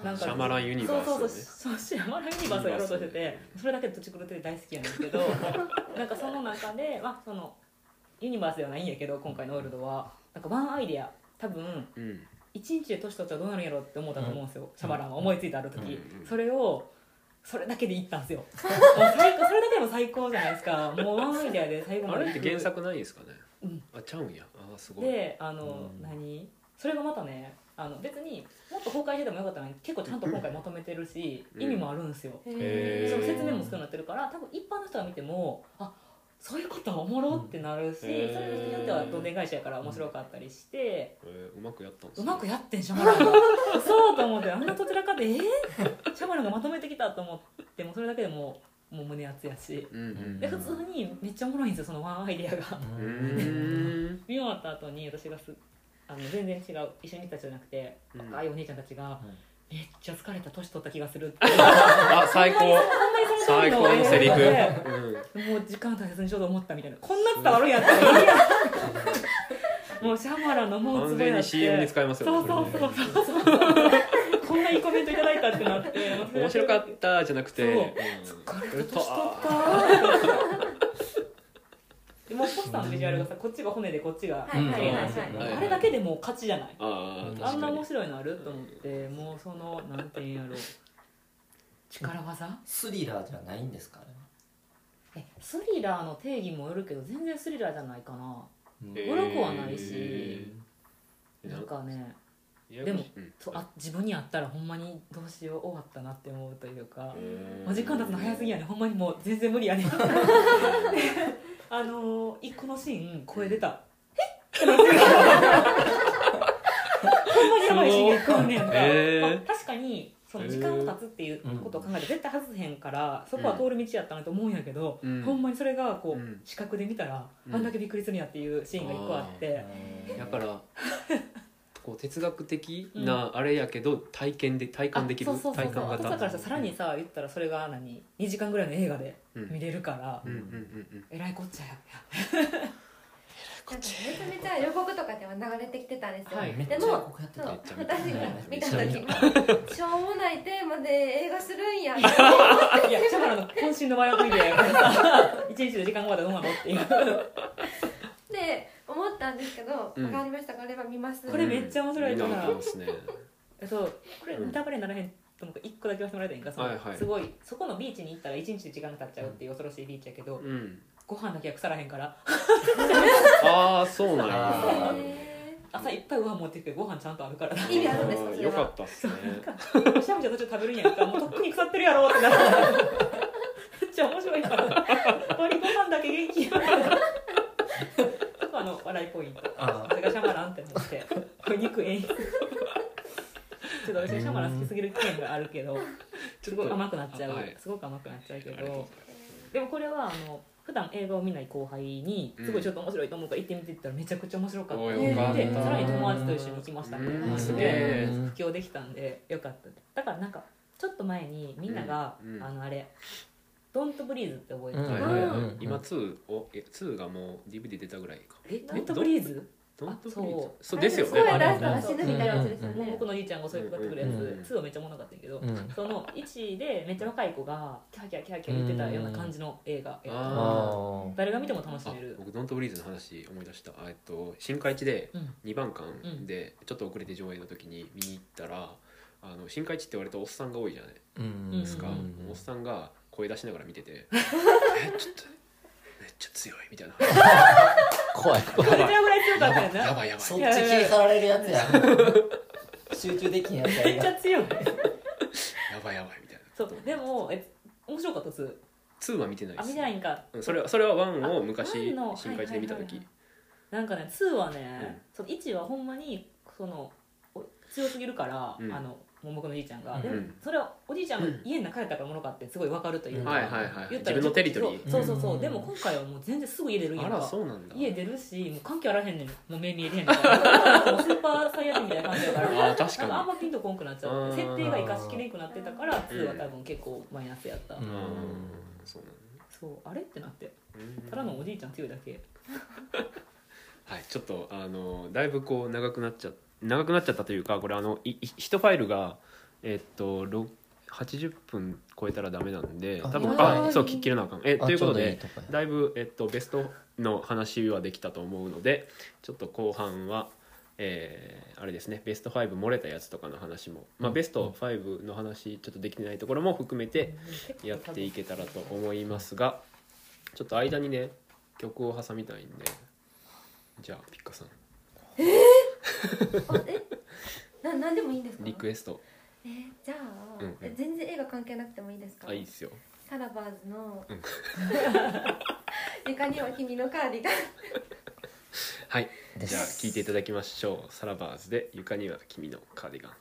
なんか
シャマランユニバース
そ
よ
うそう
ね
そうそうシャマランユニバースをやろうとしててそれだけ土地狂ってて大好きなんですけど <laughs> なんかその中で、まあ、そのユニバースではないんやけど今回のオールドはなんかワンアイデア多分
うん
一日で年取ったらどうなるんやろうって思ったと思うんですよ、シャマランは思いついたある時、
うんうん
それをそれだけでいったんです
<laughs>
よもう最高それだけでも最高じゃないですかもうワンアイデアで最後ま
あ
で
れって原作ないんですかね
うん
あちゃうんやあーすごい
であの、
うん
何それがまたねあの別にもっと崩壊しててもよかったのに結構ちゃんと今回まとめてるし、
うん
意味もあるんですよ、
へー
その説明も少なくなってるから多分一般の人が見てもあそういうことはおもろってなるし、そ
うんへー
れによってはどんでん返しやから面白かったりして、
えーうまくやったんです
う
ね
まくやってんシャマラ <laughs> ンがそうと思ってあんなどちらかでえー、シャマランがまとめてきたと思ってもうそれだけでもうもう胸熱やし
うんうん
で普通にめっちゃおもろいんですよそのワンアイデアが
うーん
見終わった後に私がすあの全然違う一緒にいたじゃなくて
うん
若いお姉ちゃんたちが
うん
「めっちゃ疲れた年取った気がする」って
あ最高
あんまりその通
最
り
高のセリフ、
で <laughs>
うん
もう時間大切にしようと思ったみたいなこんな伝わるんやったらいいやん <laughs> もうシャマラのもう
完
つぼ
全
やって
に CM に使えますよ
そう
ね
そうそうそうそうこんないいコメントいただいたってなって
面白かったじゃなくて
そ
う
う
ん
疲
う
れ
ん
た年取ったでもうポスターのビジュアルがさこっちが骨でこっちが
はいはいはい
うん
はい
あれだけでもう勝ちじゃない
ああ
あん
確
な
か
面
に
白いのあると思ってもうそのなんていうんやろう力技
スリラーじゃないんですかね
えスリラーの定義もよるけど全然スリラーじゃないかな
うん
え
娯楽はないし、
えー
なんかね
いや
でも
うん
とあ自分にあったらほんまにどうしよう終わったなって思うというか
うん
お時間経つの早すぎやねほんまにもう全然無理やねあのー、一個のシーン声出た「えっ!」ってなってるほんまにやばいシーンが来んねんか、
へー
まあ確かにその時間を経つっていうことを考えて絶対外せへんからそこは通る道やったなと思うんやけど、
うん
ほんまにそれがこう、
うん
視覚で見たら
うん
あんだけびっくりするんやっていうシーンが一個あって、
<laughs> だからこう哲学的なあれやけど体験で体感できる
あそうそうそう
体
そう
感
私だか
型
らささらにさ言ったらそれが何2時間ぐらいの映画で
うん
見れるから、
うんうんうん
えらいこっちゃや
なんかめちゃめちゃ予告とかでは流れてきてたんですよ、
はい
めっちゃ
で
予
も
告やって
そう
た
私
めっちゃ見た
が見た
めっ
時
ちゃ見
にしょうもないテーマで映画するんや
いやシャマラの渾身のワイアフイデアやからさ1日で時間がまだどうなのっていう
って思ったんですけど、
うん
分かりましたこれは見ます
これめっちゃ面白いな
うん見なあかんっすね
そうこれネタバレにならへんと思うから1個だけ言わせてもらえたらいいんかその
はいはい
すごいそこのビーチに行ったら1日で時間が経っちゃうっていう恐ろしいビーチやけど、
うん
ご飯だけは腐らへんから
ああそうなんや
あ
へ
朝いっぱいご飯持ってきてご飯ちゃんとあるからな <laughs>
ー意味あるんですかそれ
よか
は
ったっすね
むしゃむしゃ途中食べるんやんかもうとっくに腐ってる <laughs> やろってなってめっちゃ面白いから割りご飯だけ元気やそこあの笑いポイント
あ
あれがシャマランって思ってこれ肉演出ちょっと私シャマラン好きすぎる意見があるけどすごい甘くなっちゃう、
はい
すごく甘くなっちゃうけ
ありがとうご
ど
ざい
でもこれはあの普段映画を見ない後輩に
うん
すごいちょっと面白いと思うから行ってみてって言ったらめちゃくちゃ面白かった
お
って
ー
言
よか
っ
った
てさらに友達と一緒に行きましたみたいな
うん
話
すげ
で
え
うん
布教できたんでよかっただからなんかちょっと前にみんなが、
うんうん
あのあれ「ドントブリーズ」って覚えて
うん
る、
はいい
は
はいい
は
はいい、今2をえ2がもう DVD 出たぐらいか
えドントブリーズ
ドントブリーズ
あ
そうですよね
声出
あれ
したら死ぬみたいなやつですよね
僕の兄ちゃんがそういうかってくるやつ、
うん
うん
2はめっちゃおもろかったんやけど、
うん
その1でめっちゃ若い子がキャーキャーキャーキャー言ってたような感じの映画やった
あ
誰が見ても楽しめる
僕ドントブリーズの話思い出したあえっと新海地で
うん
2番館でちょっと遅れて上映の時に見に行ったらあの新海地って割とおっさんが多いじゃない
うん
ですか、
うん
おっさんが声出しながら見
<laughs>
てて「えちょっとめっちゃ強い」みたいな
怖い怖い
それぐらい
「
強か
やばい
ったよ <laughs> な
やばいやば
そ
い
っち気張られるやつや集中できんやつ
めっ
や
ちゃ強い
やばいやばい」みたいな
そうでもえ面白かった2
2は見てない
あ
です
見てないんか
うんそれはそれは1を
あ
昔
ワンの
新海地で見た時、
なんかね2はね、
うん
その1はほんまにそのお強すぎるから、
うん
あのもう僕のじいちゃんが、
うん
でもそれはおじいちゃんが家の中やったからものかってすごいわかるというか、
はいはいはい
言っ
自
たら
分のテリトリ
そうそうそうそう
うん
でも今回はもう全然すぐ家出るん
ー
や
あ
んから
そうなんだ
家出るしもう関係あらへんねんもう目見えてへんからもうスーパーサイヤ人みたいな感じやから
あー確か
なん
に
かあんまピンとこんくなっちゃって
あー
設定が生かしきれんくなってたから2は多分結構マイナスやった、
うん
うんそうなんだ
そうあれってなって
うん
ただのおじいちゃん強いだけ
はい、ちょっとあのだいぶこう長くなっちゃ長くなっちゃったというかこれあのいい一ファイルがえっとろ80分超えたらダメなんで
あ
多分
はい
あそう切切らなあかんえ
あ
というこ
ちょう
と
ど
で
いいとこや
だいぶえっとベストの話はできたと思うのでちょっと後半はえーあれですねベスト5漏れたやつとかの話も、まあ、ベスト5の話ちょっとできてないところも含めてやっていけたらと思いますがちょっと間にね曲を挟みたいんでじゃあピッカさん
あえななんでもいいんですか
リクエスト
えじゃあ、
うん
え全然映画関係なくてもいいですか
あいいっすよ
カラバーズの
うん
<laughs> 床には君のカーディガン
はい
です
じゃあ聴いていただきましょうサラバーズで「床には君のカーディガン」